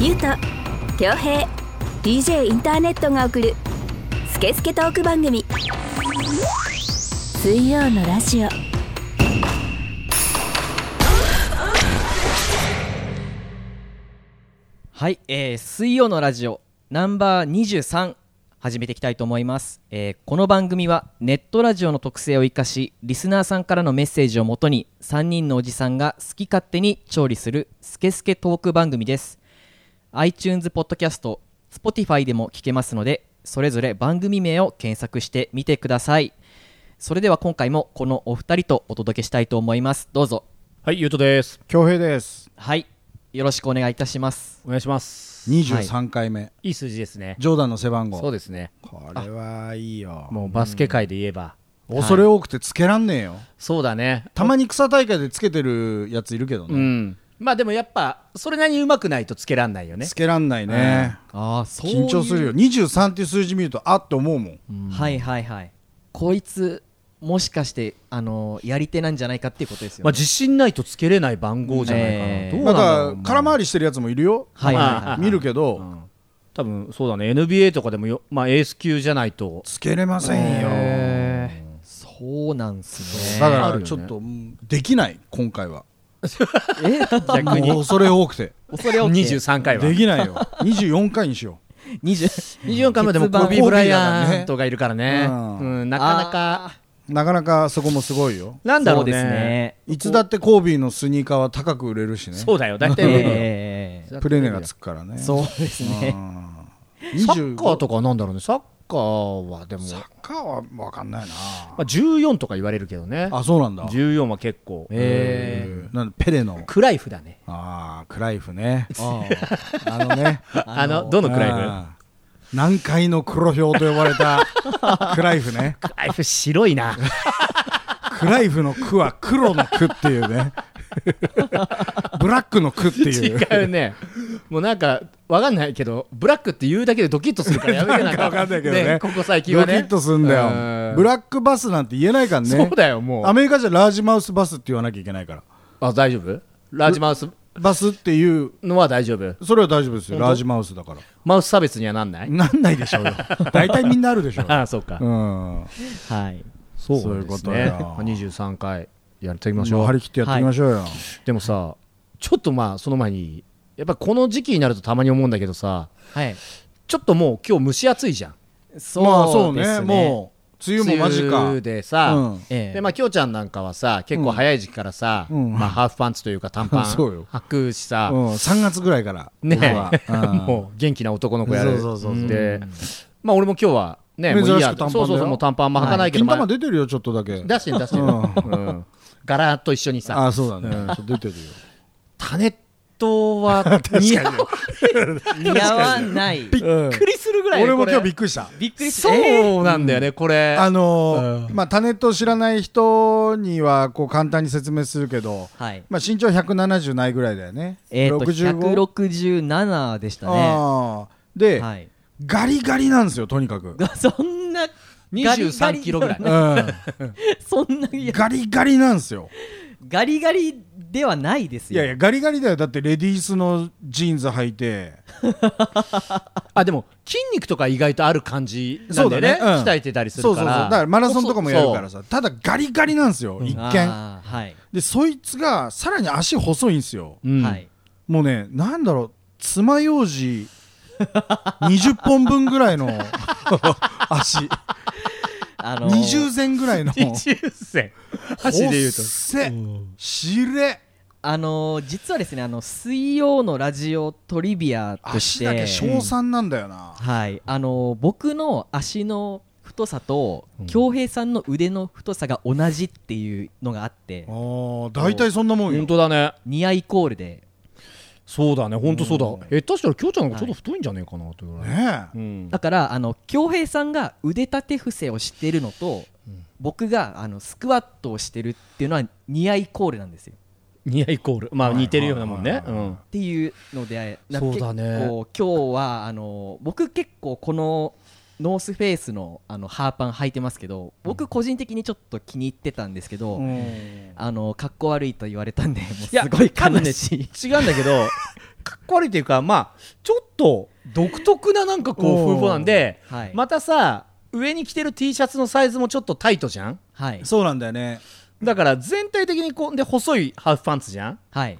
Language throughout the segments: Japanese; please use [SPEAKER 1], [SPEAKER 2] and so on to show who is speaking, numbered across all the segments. [SPEAKER 1] ゆうと恭平 DJ インターネットが送る「スケスケトーク番組」水曜のラジオ
[SPEAKER 2] はい、えー水曜のラジオナンバー23始めていきたいと思います、えーこの番組はネットラジオの特性を生かしリスナーさんからのメッセージをもとに3人のおじさんが好き勝手に調理するスケスケトーク番組です iTunes ポッドキャスト Spotify でも聞けますのでそれぞれ番組名を検索してみてくださいそれでは今回もこのお二人とお届けしたいと思いますどうぞ
[SPEAKER 3] はい、ゆうとです。
[SPEAKER 4] 恭平です
[SPEAKER 2] はいよろしくお願いいたします
[SPEAKER 3] お願いします。
[SPEAKER 4] 23回目、
[SPEAKER 3] いい数字ですね。
[SPEAKER 4] ジョーダンの背番号
[SPEAKER 3] そうですね。
[SPEAKER 4] これはいいよ
[SPEAKER 3] もうバスケ界で言えば。
[SPEAKER 4] 恐れ多くてつけらんねえよ、
[SPEAKER 3] そうだね。
[SPEAKER 4] たまに草大会でつけてるやついるけど
[SPEAKER 3] う
[SPEAKER 4] ね、
[SPEAKER 3] ん。まあでもやっぱ、それなりにうまくないとつけらんないよね
[SPEAKER 4] つ。けらんないね、
[SPEAKER 2] ああそ
[SPEAKER 4] 緊張するよ23っていう数字見るとあっと思うもん、
[SPEAKER 2] はいはいはいこいつもしかしてあのやり手なんじゃないかっていうことですよ、ね
[SPEAKER 3] まあ自信ないとつけれない番号じゃないか
[SPEAKER 2] ね
[SPEAKER 3] な。
[SPEAKER 2] え
[SPEAKER 3] どうなん
[SPEAKER 4] なん
[SPEAKER 3] だろう
[SPEAKER 4] か空回りしてるやつもいるよ、
[SPEAKER 2] はいはいはい、
[SPEAKER 3] まあ
[SPEAKER 4] 見るけど、
[SPEAKER 3] 多分そうだね。NBA とかでもよ、まあエース級じゃないと。
[SPEAKER 4] つけれませんよ、
[SPEAKER 2] へーそうなんすね
[SPEAKER 4] だ
[SPEAKER 3] あ
[SPEAKER 4] か
[SPEAKER 3] るよ
[SPEAKER 4] ら
[SPEAKER 3] ね
[SPEAKER 4] ちょっと、うんできない今回は
[SPEAKER 2] え逆
[SPEAKER 4] もう
[SPEAKER 2] に
[SPEAKER 4] 恐れ多くて
[SPEAKER 2] 恐れ多くて
[SPEAKER 3] 23回は。
[SPEAKER 4] できないよ24回にしよ
[SPEAKER 2] 20
[SPEAKER 3] 24回までも
[SPEAKER 2] 結番
[SPEAKER 3] コビー・ブライアント
[SPEAKER 4] ト
[SPEAKER 3] がいるからね。
[SPEAKER 4] うん
[SPEAKER 3] うん、なかなか。
[SPEAKER 4] うなかなかそこもすごいよ
[SPEAKER 3] なんだろう
[SPEAKER 2] そうです
[SPEAKER 3] ね。
[SPEAKER 2] ね
[SPEAKER 4] いつだってコービーのスニーカーは高く売れるしね
[SPEAKER 3] そうだよ。大体売れるよ
[SPEAKER 2] ええ
[SPEAKER 4] プレネがつくから ね
[SPEAKER 2] そうですね
[SPEAKER 3] サッカーと
[SPEAKER 4] と
[SPEAKER 3] かなんだろうねサッカーはでも、
[SPEAKER 4] サ
[SPEAKER 3] ま
[SPEAKER 4] ッカーは分かんないな
[SPEAKER 3] あ、14とか言われるけどね
[SPEAKER 4] あそうなんだ
[SPEAKER 3] 14は結構、
[SPEAKER 2] え
[SPEAKER 4] なんでペレの
[SPEAKER 3] クライフだね
[SPEAKER 4] ああクライフね
[SPEAKER 2] えあ
[SPEAKER 4] あのね
[SPEAKER 3] あのどのクライフ
[SPEAKER 4] あー南海の黒ひょうと呼ばれたクライフね
[SPEAKER 3] クライフ白いな
[SPEAKER 4] クライフの句は黒の句っていうねブラックの句って いう
[SPEAKER 3] 違うねもうなんかわかんないけどブラックって言うだけでドキッとするからやめてな
[SPEAKER 4] なんん
[SPEAKER 3] か
[SPEAKER 4] か分かんないけどね
[SPEAKER 3] ここ最近はね
[SPEAKER 4] ドキッとすんだ
[SPEAKER 3] う
[SPEAKER 4] よ
[SPEAKER 3] ん
[SPEAKER 4] ブラックバスなんて言えないからね
[SPEAKER 3] そうだよもう
[SPEAKER 4] アメリカじゃラージマウスバスって言わなきゃいけないから
[SPEAKER 3] あ大丈夫ラージマウス
[SPEAKER 4] バスっていう
[SPEAKER 3] のは大丈夫
[SPEAKER 4] それは大丈夫ですよ
[SPEAKER 3] 本当
[SPEAKER 4] ラージマウスだから
[SPEAKER 3] マウス差別にはなんない
[SPEAKER 4] なんないでしょうよ大体みんなあるでしょう
[SPEAKER 3] ああそうか、
[SPEAKER 4] うん
[SPEAKER 2] あはい
[SPEAKER 3] そう
[SPEAKER 4] そうい
[SPEAKER 3] で
[SPEAKER 4] うこ
[SPEAKER 3] す
[SPEAKER 4] と
[SPEAKER 3] ね
[SPEAKER 4] よ
[SPEAKER 3] 23回やってみましょ
[SPEAKER 4] もう
[SPEAKER 3] う
[SPEAKER 4] 張り切ってやってみましょうよ
[SPEAKER 3] でもさちょっとまあその前にやっぱこの時期になるとたまに思うんだけどさ
[SPEAKER 2] はい
[SPEAKER 3] ちょっともう今日蒸し暑いじゃん
[SPEAKER 2] そう
[SPEAKER 4] まあそう
[SPEAKER 2] で
[SPEAKER 4] ね
[SPEAKER 2] す
[SPEAKER 4] もう梅雨も間
[SPEAKER 3] 梅
[SPEAKER 4] 近
[SPEAKER 3] 雨でさ、
[SPEAKER 4] うん
[SPEAKER 2] ええ
[SPEAKER 3] でまあきょうちゃんなんかはさ結構早い時期からさ、
[SPEAKER 4] うん
[SPEAKER 3] まあ、ハーフパンツというか短パン
[SPEAKER 4] そうよ
[SPEAKER 3] 履くしさ、
[SPEAKER 4] うん3月ぐらいから
[SPEAKER 3] ね
[SPEAKER 4] 僕は
[SPEAKER 3] え、
[SPEAKER 4] うん
[SPEAKER 3] もう元気な男の子やる
[SPEAKER 4] そうそうそうそう
[SPEAKER 3] でまあ俺も今日はね
[SPEAKER 4] 珍しく
[SPEAKER 3] もういいや
[SPEAKER 4] 短パンだ
[SPEAKER 3] そ
[SPEAKER 4] よ
[SPEAKER 3] うそうそうもう短パンも履かないけど、
[SPEAKER 4] 金
[SPEAKER 3] ま
[SPEAKER 4] 玉
[SPEAKER 3] あ
[SPEAKER 4] 出てるよちょっとだけ
[SPEAKER 3] 出してる出してる、うん、柄と一緒に
[SPEAKER 4] あ
[SPEAKER 3] さ
[SPEAKER 4] あそうだねちょっと出てるよ
[SPEAKER 3] タネット は似合う
[SPEAKER 2] 似合わないびっ
[SPEAKER 4] うん
[SPEAKER 2] くりするぐらい
[SPEAKER 4] 俺も
[SPEAKER 2] これ
[SPEAKER 4] 今日びっくりした
[SPEAKER 2] びっくりしたえ
[SPEAKER 3] そうなんだよね、これ
[SPEAKER 4] あのーまあタネットを知らない人にはこう簡単に説明するけど
[SPEAKER 2] ーはい
[SPEAKER 4] まあ身長170ないぐらいだよね
[SPEAKER 2] えっと
[SPEAKER 4] 65
[SPEAKER 2] 167でしたね
[SPEAKER 4] ああで
[SPEAKER 2] はい
[SPEAKER 4] ガリガリなんですよとにかく
[SPEAKER 2] そんなガリガリ
[SPEAKER 3] 23キロぐらい
[SPEAKER 4] うん
[SPEAKER 2] そんないや
[SPEAKER 4] ガリガリなんですよ。
[SPEAKER 2] ガリガリではないです
[SPEAKER 4] い
[SPEAKER 2] よ
[SPEAKER 4] やいや、ガリガリだよ。だってレディースのジーンズ履いて。
[SPEAKER 3] あでも筋肉とか意外とある感じなんだよね
[SPEAKER 4] そうだねうん
[SPEAKER 3] 鍛えてたりす
[SPEAKER 4] そ
[SPEAKER 3] る
[SPEAKER 4] うそうそ
[SPEAKER 3] か
[SPEAKER 4] う。だ
[SPEAKER 3] ら
[SPEAKER 4] からマラソンとかもやるから
[SPEAKER 3] そう
[SPEAKER 4] さ。ただガリガリなんですよ、一見。
[SPEAKER 2] あーはい、
[SPEAKER 4] で、そいつがさらに足細いんですよ。
[SPEAKER 3] そううん
[SPEAKER 2] はい
[SPEAKER 4] もうね、なんだろう、爪楊枝20本分ぐらいの 足。
[SPEAKER 2] あのー
[SPEAKER 4] 20前ぐ らいの。
[SPEAKER 3] 20銭箸で言うと
[SPEAKER 4] ほっせしれ
[SPEAKER 2] あのー実はですねあの水曜のラジオトリビアとし
[SPEAKER 4] 足
[SPEAKER 2] て
[SPEAKER 4] だけ小賛なんだよな。
[SPEAKER 2] はいあのー僕の足の太さと恭平さんの腕の太さが同じっていうのがあって
[SPEAKER 4] ああ、大体そんなもんよ
[SPEAKER 3] 本。当だね
[SPEAKER 2] ニアイコールで
[SPEAKER 3] そうだね本当そうだえ確かにきょうちゃんの方がちょっと太いんじゃねえかなというぐらい、
[SPEAKER 4] ね
[SPEAKER 3] う
[SPEAKER 4] え。
[SPEAKER 3] ん
[SPEAKER 2] だからあの恭平さんが腕立て伏せをしてるのと、僕があのスクワットをしてるっていうのはニアイコールなんですよ
[SPEAKER 3] 似合いイコールまあ似てるようなもんね、うん
[SPEAKER 2] っていうのでなんか
[SPEAKER 3] そうだね
[SPEAKER 2] 結構今日はあの僕結構このノースフェイスのあのハーパン履いてますけど僕個人的にちょっと気に入ってたんですけど、
[SPEAKER 4] うん
[SPEAKER 2] あの格好悪いと言われたんでもう
[SPEAKER 3] いや
[SPEAKER 2] すごい
[SPEAKER 3] 多分
[SPEAKER 2] 悲
[SPEAKER 3] ね
[SPEAKER 2] しい、
[SPEAKER 3] 違うんだけ どかっこ悪いというかまあちょっと独特ななんかこう
[SPEAKER 4] おー
[SPEAKER 3] 風貌なんで、
[SPEAKER 2] はい
[SPEAKER 3] またさ上に着てる T シャツのサイズもちょっとタイトじゃん
[SPEAKER 2] はい
[SPEAKER 4] そうなんだよね
[SPEAKER 3] だから全体的にこうで細いハーフパンツじゃん
[SPEAKER 2] はい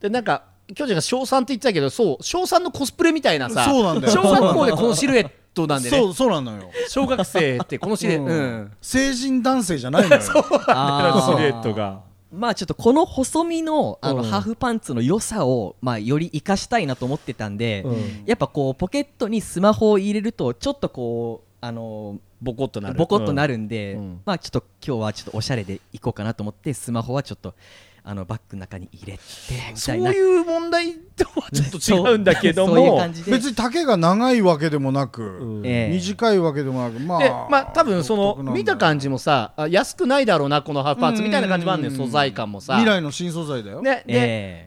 [SPEAKER 3] でなんか巨人が小3って言ってたけどそう小3のコスプレみたいなさ
[SPEAKER 4] そうなんだよ
[SPEAKER 3] 小学校でこのシルエットなんでね
[SPEAKER 4] そうそうなのよ
[SPEAKER 3] 小学生ってこのシルエット、うん
[SPEAKER 4] 成人男性じゃな いのよ
[SPEAKER 2] あー
[SPEAKER 3] シルエットが
[SPEAKER 2] まあちょっとこの細身のあの
[SPEAKER 3] うん
[SPEAKER 2] ハーフパンツの良さをまあより生かしたいなと思ってたんで、
[SPEAKER 3] うん
[SPEAKER 2] やっぱこうポケットにスマホを入れるとちょっとこうあの
[SPEAKER 3] ボコッとなる
[SPEAKER 2] ボコッとな
[SPEAKER 3] る、
[SPEAKER 2] るんで、
[SPEAKER 3] うん
[SPEAKER 2] まあちょっと今日はちょっとおしゃれでいこうかなと思ってスマホはちょっとあのバッグの中に入れてみ
[SPEAKER 3] そ
[SPEAKER 2] た
[SPEAKER 3] う
[SPEAKER 2] いな
[SPEAKER 3] いう問題とはちょっと違うんだけど
[SPEAKER 2] そ
[SPEAKER 3] も
[SPEAKER 2] うそういう感じで
[SPEAKER 4] 別に丈が長いわけでもなく、
[SPEAKER 3] うん
[SPEAKER 2] ええ
[SPEAKER 4] 短いわけでもなくま
[SPEAKER 3] で
[SPEAKER 4] あ
[SPEAKER 3] まあ多分そ
[SPEAKER 4] 独特なん
[SPEAKER 3] の
[SPEAKER 4] だよ
[SPEAKER 3] 見た感じもさあ安くないだろうなこのハーフパンツみたいな感じもあるのよ
[SPEAKER 4] うん
[SPEAKER 3] 素材感もさ
[SPEAKER 4] 未来の新素材だよ、
[SPEAKER 3] ねで、
[SPEAKER 2] え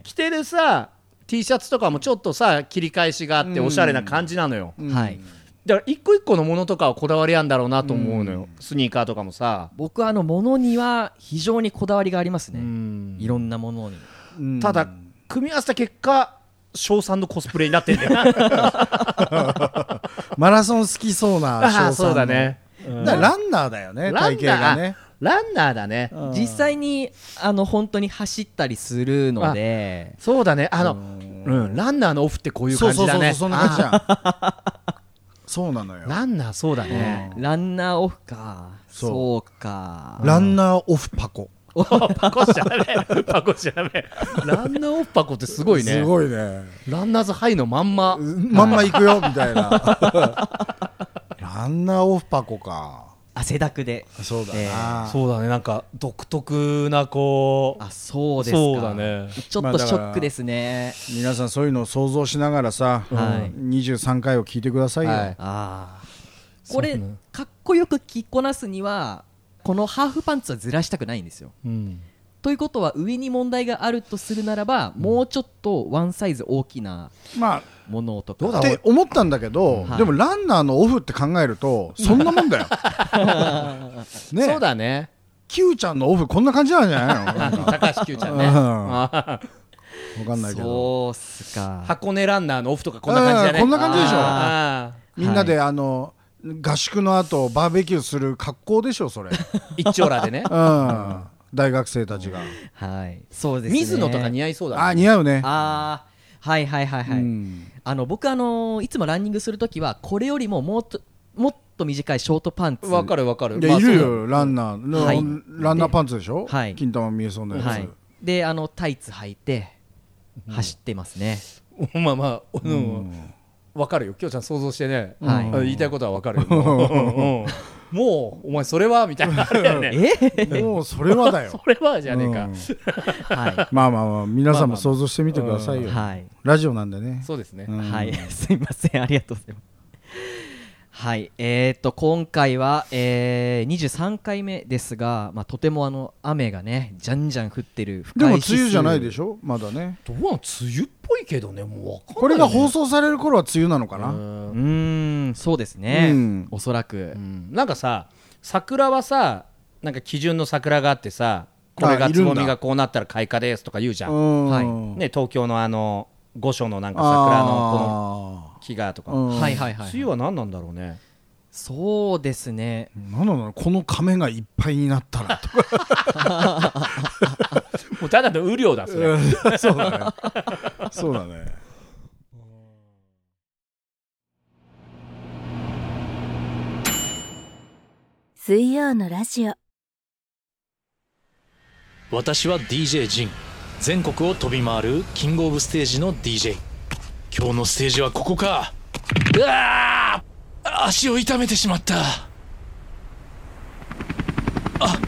[SPEAKER 2] え
[SPEAKER 3] 着てるさ T シャツとかもちょっとさ切り返しがあって
[SPEAKER 4] うん
[SPEAKER 3] おしゃれな感じなのよ、
[SPEAKER 4] うん
[SPEAKER 2] はい
[SPEAKER 3] だから一個一個のものとかはこだわりあんだろうなと思うのよ、スニーカーとかもさ、
[SPEAKER 2] 僕はあの物には非常にこだわりがありますね、
[SPEAKER 3] うん
[SPEAKER 2] いろんなものに
[SPEAKER 4] うん
[SPEAKER 3] ただ組み合わせた結果小3のコスプレになってんだ よな
[SPEAKER 4] マラソン好きそうな翔さ
[SPEAKER 3] あ
[SPEAKER 4] んの
[SPEAKER 3] ーそうだね、うん
[SPEAKER 4] だからランナーだよね体型がね
[SPEAKER 3] ランナーだね
[SPEAKER 2] 実際にあの本当に走ったりするので
[SPEAKER 3] そうだねあの、
[SPEAKER 4] う
[SPEAKER 3] うん、ランナーのオフってこういう
[SPEAKER 4] そ
[SPEAKER 3] 感
[SPEAKER 4] うそ
[SPEAKER 3] じ
[SPEAKER 4] う
[SPEAKER 3] だ
[SPEAKER 4] そうそ
[SPEAKER 3] ね
[SPEAKER 4] うそんな感じじゃん そうなのよ
[SPEAKER 3] あーランナーそうだね
[SPEAKER 2] ランナーオフか
[SPEAKER 4] そう
[SPEAKER 2] そうか
[SPEAKER 4] ランナーオフパコ
[SPEAKER 3] パコじゃ ねパコじゃねランナーオフパコってすごいね
[SPEAKER 4] すごいね
[SPEAKER 3] ランナーズハイのまんま
[SPEAKER 4] まんま行くよみた いなランナーオフパコか
[SPEAKER 2] 汗だくで
[SPEAKER 4] そうだ
[SPEAKER 2] え
[SPEAKER 4] な
[SPEAKER 3] そうだねなんか独特なこう
[SPEAKER 2] あそうですか
[SPEAKER 3] そうだね
[SPEAKER 2] ちょっとショックですね、
[SPEAKER 4] 皆さんそういうのを想像しながらさ
[SPEAKER 2] はい
[SPEAKER 4] 23回を聞いてくださいよ
[SPEAKER 3] はい
[SPEAKER 2] ああこれ
[SPEAKER 3] そうね
[SPEAKER 2] かっこよく着こなすにはこのハーフパンツはずらしたくないんですよ
[SPEAKER 3] うん
[SPEAKER 2] ということは上に問題があるとするならば、もうちょっとワンサイズ大きな
[SPEAKER 4] ま
[SPEAKER 2] ものとか
[SPEAKER 3] どうだ
[SPEAKER 4] あっ
[SPEAKER 3] ろ
[SPEAKER 4] て思ったんだけど
[SPEAKER 2] はい
[SPEAKER 4] でもランナーのオフって考えるとそんなも んだよね
[SPEAKER 3] そうだね
[SPEAKER 4] Q ちゃんのオフこんな感じなんじゃないのなんか
[SPEAKER 3] 高橋久ちゃんね
[SPEAKER 4] うん
[SPEAKER 3] あー
[SPEAKER 4] わかんないけ
[SPEAKER 2] そう
[SPEAKER 4] ど
[SPEAKER 2] っすか
[SPEAKER 3] 箱根ランナーのオフとかこんな感じだ
[SPEAKER 4] う
[SPEAKER 3] ね
[SPEAKER 4] んこんな感じでしょ
[SPEAKER 3] あ
[SPEAKER 4] みんなであの合宿の後バーベキューする格好でしょそれうん
[SPEAKER 3] ー一丁羅 でね
[SPEAKER 4] 大学生たちが
[SPEAKER 2] はいそうですね
[SPEAKER 3] 水野とか似合いそうだね
[SPEAKER 4] あ似合うね
[SPEAKER 2] あーはいはいはいはい、
[SPEAKER 4] うん
[SPEAKER 2] あの僕あのーいつもランニングするときはこれよりももっともっと短いショートパンツ
[SPEAKER 3] わかるわかる
[SPEAKER 4] で
[SPEAKER 3] まあ
[SPEAKER 4] いる
[SPEAKER 3] そうだ
[SPEAKER 4] よランナー
[SPEAKER 2] はい
[SPEAKER 4] ランランナーパンツでしょ
[SPEAKER 2] はい
[SPEAKER 4] 金玉見えそうな
[SPEAKER 2] は
[SPEAKER 4] や
[SPEAKER 2] いであのタイツ履いて走ってますね、
[SPEAKER 3] まあまあ、う
[SPEAKER 4] つ
[SPEAKER 3] ん、わかるよ、きょうちゃん想像してね、
[SPEAKER 2] はい
[SPEAKER 3] あ言いたいことはわかるよ。も うもう、お前、それはみたいな、あれだよね、
[SPEAKER 2] え
[SPEAKER 4] もうそれはだよ
[SPEAKER 3] それはじゃねえか
[SPEAKER 4] うん、
[SPEAKER 2] は
[SPEAKER 4] まあまあまあ皆さんも想像してみてください
[SPEAKER 2] い
[SPEAKER 4] よ
[SPEAKER 2] はい
[SPEAKER 4] ラジオなんでね
[SPEAKER 3] そうですね
[SPEAKER 4] う。ん
[SPEAKER 2] はい すいませんありがとうございますはいえー、と今回は、えー、23回目ですが、まあ、とてもあの雨がねじゃんじゃん降ってる
[SPEAKER 4] でも梅雨じゃないで
[SPEAKER 2] ょ
[SPEAKER 4] しょまだね
[SPEAKER 3] どうなの、梅雨っぽいけどね、もうわかんないね、
[SPEAKER 4] これが放送される頃は梅雨なのか
[SPEAKER 3] う
[SPEAKER 4] なん
[SPEAKER 2] うんーんそうですね、
[SPEAKER 4] うん
[SPEAKER 2] おそらく、
[SPEAKER 3] うんなんかさ、桜はさ、なんか基準の桜があってさ、これ
[SPEAKER 4] あ
[SPEAKER 3] が
[SPEAKER 4] い
[SPEAKER 3] つ
[SPEAKER 4] るんだ
[SPEAKER 3] ぼみがこうなったら開花ですとか言うじゃん、
[SPEAKER 4] ん
[SPEAKER 2] はい
[SPEAKER 3] ね、東京のあの御所のなんか桜のこの
[SPEAKER 4] あ
[SPEAKER 3] 木がとか、
[SPEAKER 4] ーうん
[SPEAKER 2] はいはいはい
[SPEAKER 3] 梅雨は何なんだろうね。
[SPEAKER 2] そうですね
[SPEAKER 4] なんだろうなこの亀がいっぱいになったらとか
[SPEAKER 3] もうただの雨量だ、それ。
[SPEAKER 4] そうだね そうだね
[SPEAKER 1] 水曜のラジオ
[SPEAKER 5] 私は DJ ジン全国を飛び回るキングオブステージの DJ 今日のステージはここかうわあ足を痛めてしまったあ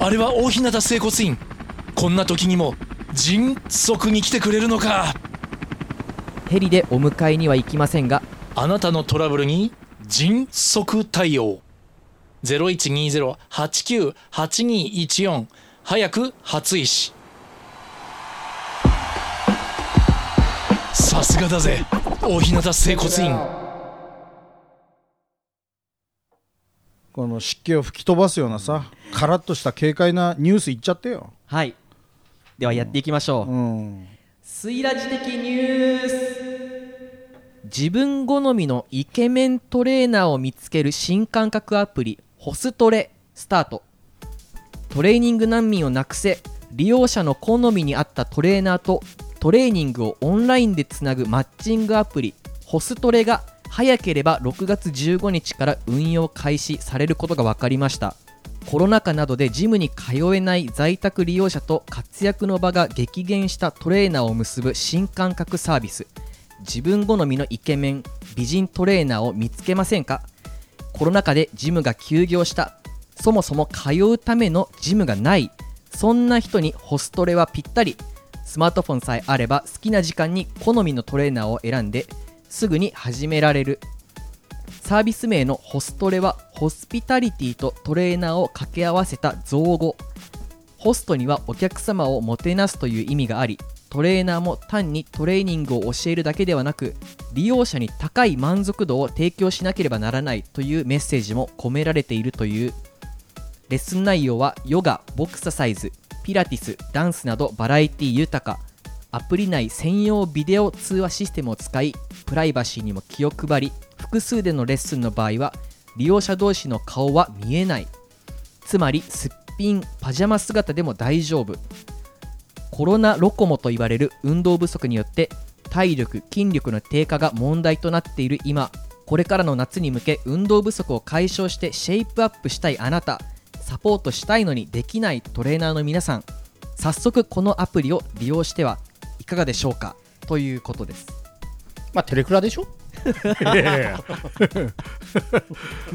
[SPEAKER 5] あれは大日向整骨院こんな時にも迅速に来てくれるのか
[SPEAKER 2] ヘリでお迎えには行きませんが
[SPEAKER 5] あなたのトラブルに迅速対応0120-89-8214早く初石さすがだぜ大日向整骨院
[SPEAKER 4] この湿気を吹き飛ばすようなさカラッとした軽快なニュースいっちゃってよ
[SPEAKER 2] はいではやっていきましょう、
[SPEAKER 4] うん
[SPEAKER 2] スイラジ的ニュース自分好みのイケメントレーナーを見つける新感覚アプリホストレスタートトレーニング難民をなくせ利用者の好みに合ったトレーナーとトレーニングをオンラインでつなぐマッチングアプリホストレが早ければ6月15日から運用開始されることが分かりましたコロナ禍などでジムに通えない在宅利用者と活躍の場が激減したトレーナーを結ぶ新感覚サービス自分好みのイケメン美人トレーナーを見つけませんかコロナ禍でジムが休業したそもそも通うためのジムがないそんな人にホストレはぴったりスマートフォンさえあれば好きな時間に好みのトレーナーを選んですぐに始められるサービス名のホストレはホスピタリティとトレーナーを掛け合わせた造語ホストにはお客様をもてなすという意味がありトレーナーも単にトレーニングを教えるだけではなく利用者に高い満足度を提供しなければならないというメッセージも込められているというレッスン内容はヨガボクササイズピラティスダンスなどバラエティ豊かアプリ内専用ビデオ通話システムを使いプライバシーにも気を配り複数でのレッスンの場合は利用者同士の顔は見えないつまりすっぴんパジャマ姿でも大丈夫コロナロコモと言われる運動不足によって体力筋力の低下が問題となっている今これからの夏に向け運動不足を解消してシェイプアップしたいあなたサポートしたいのにできないトレーナーの皆さん早速このアプリを利用してはいかがでしょうかということです
[SPEAKER 3] まあテレクラでしょ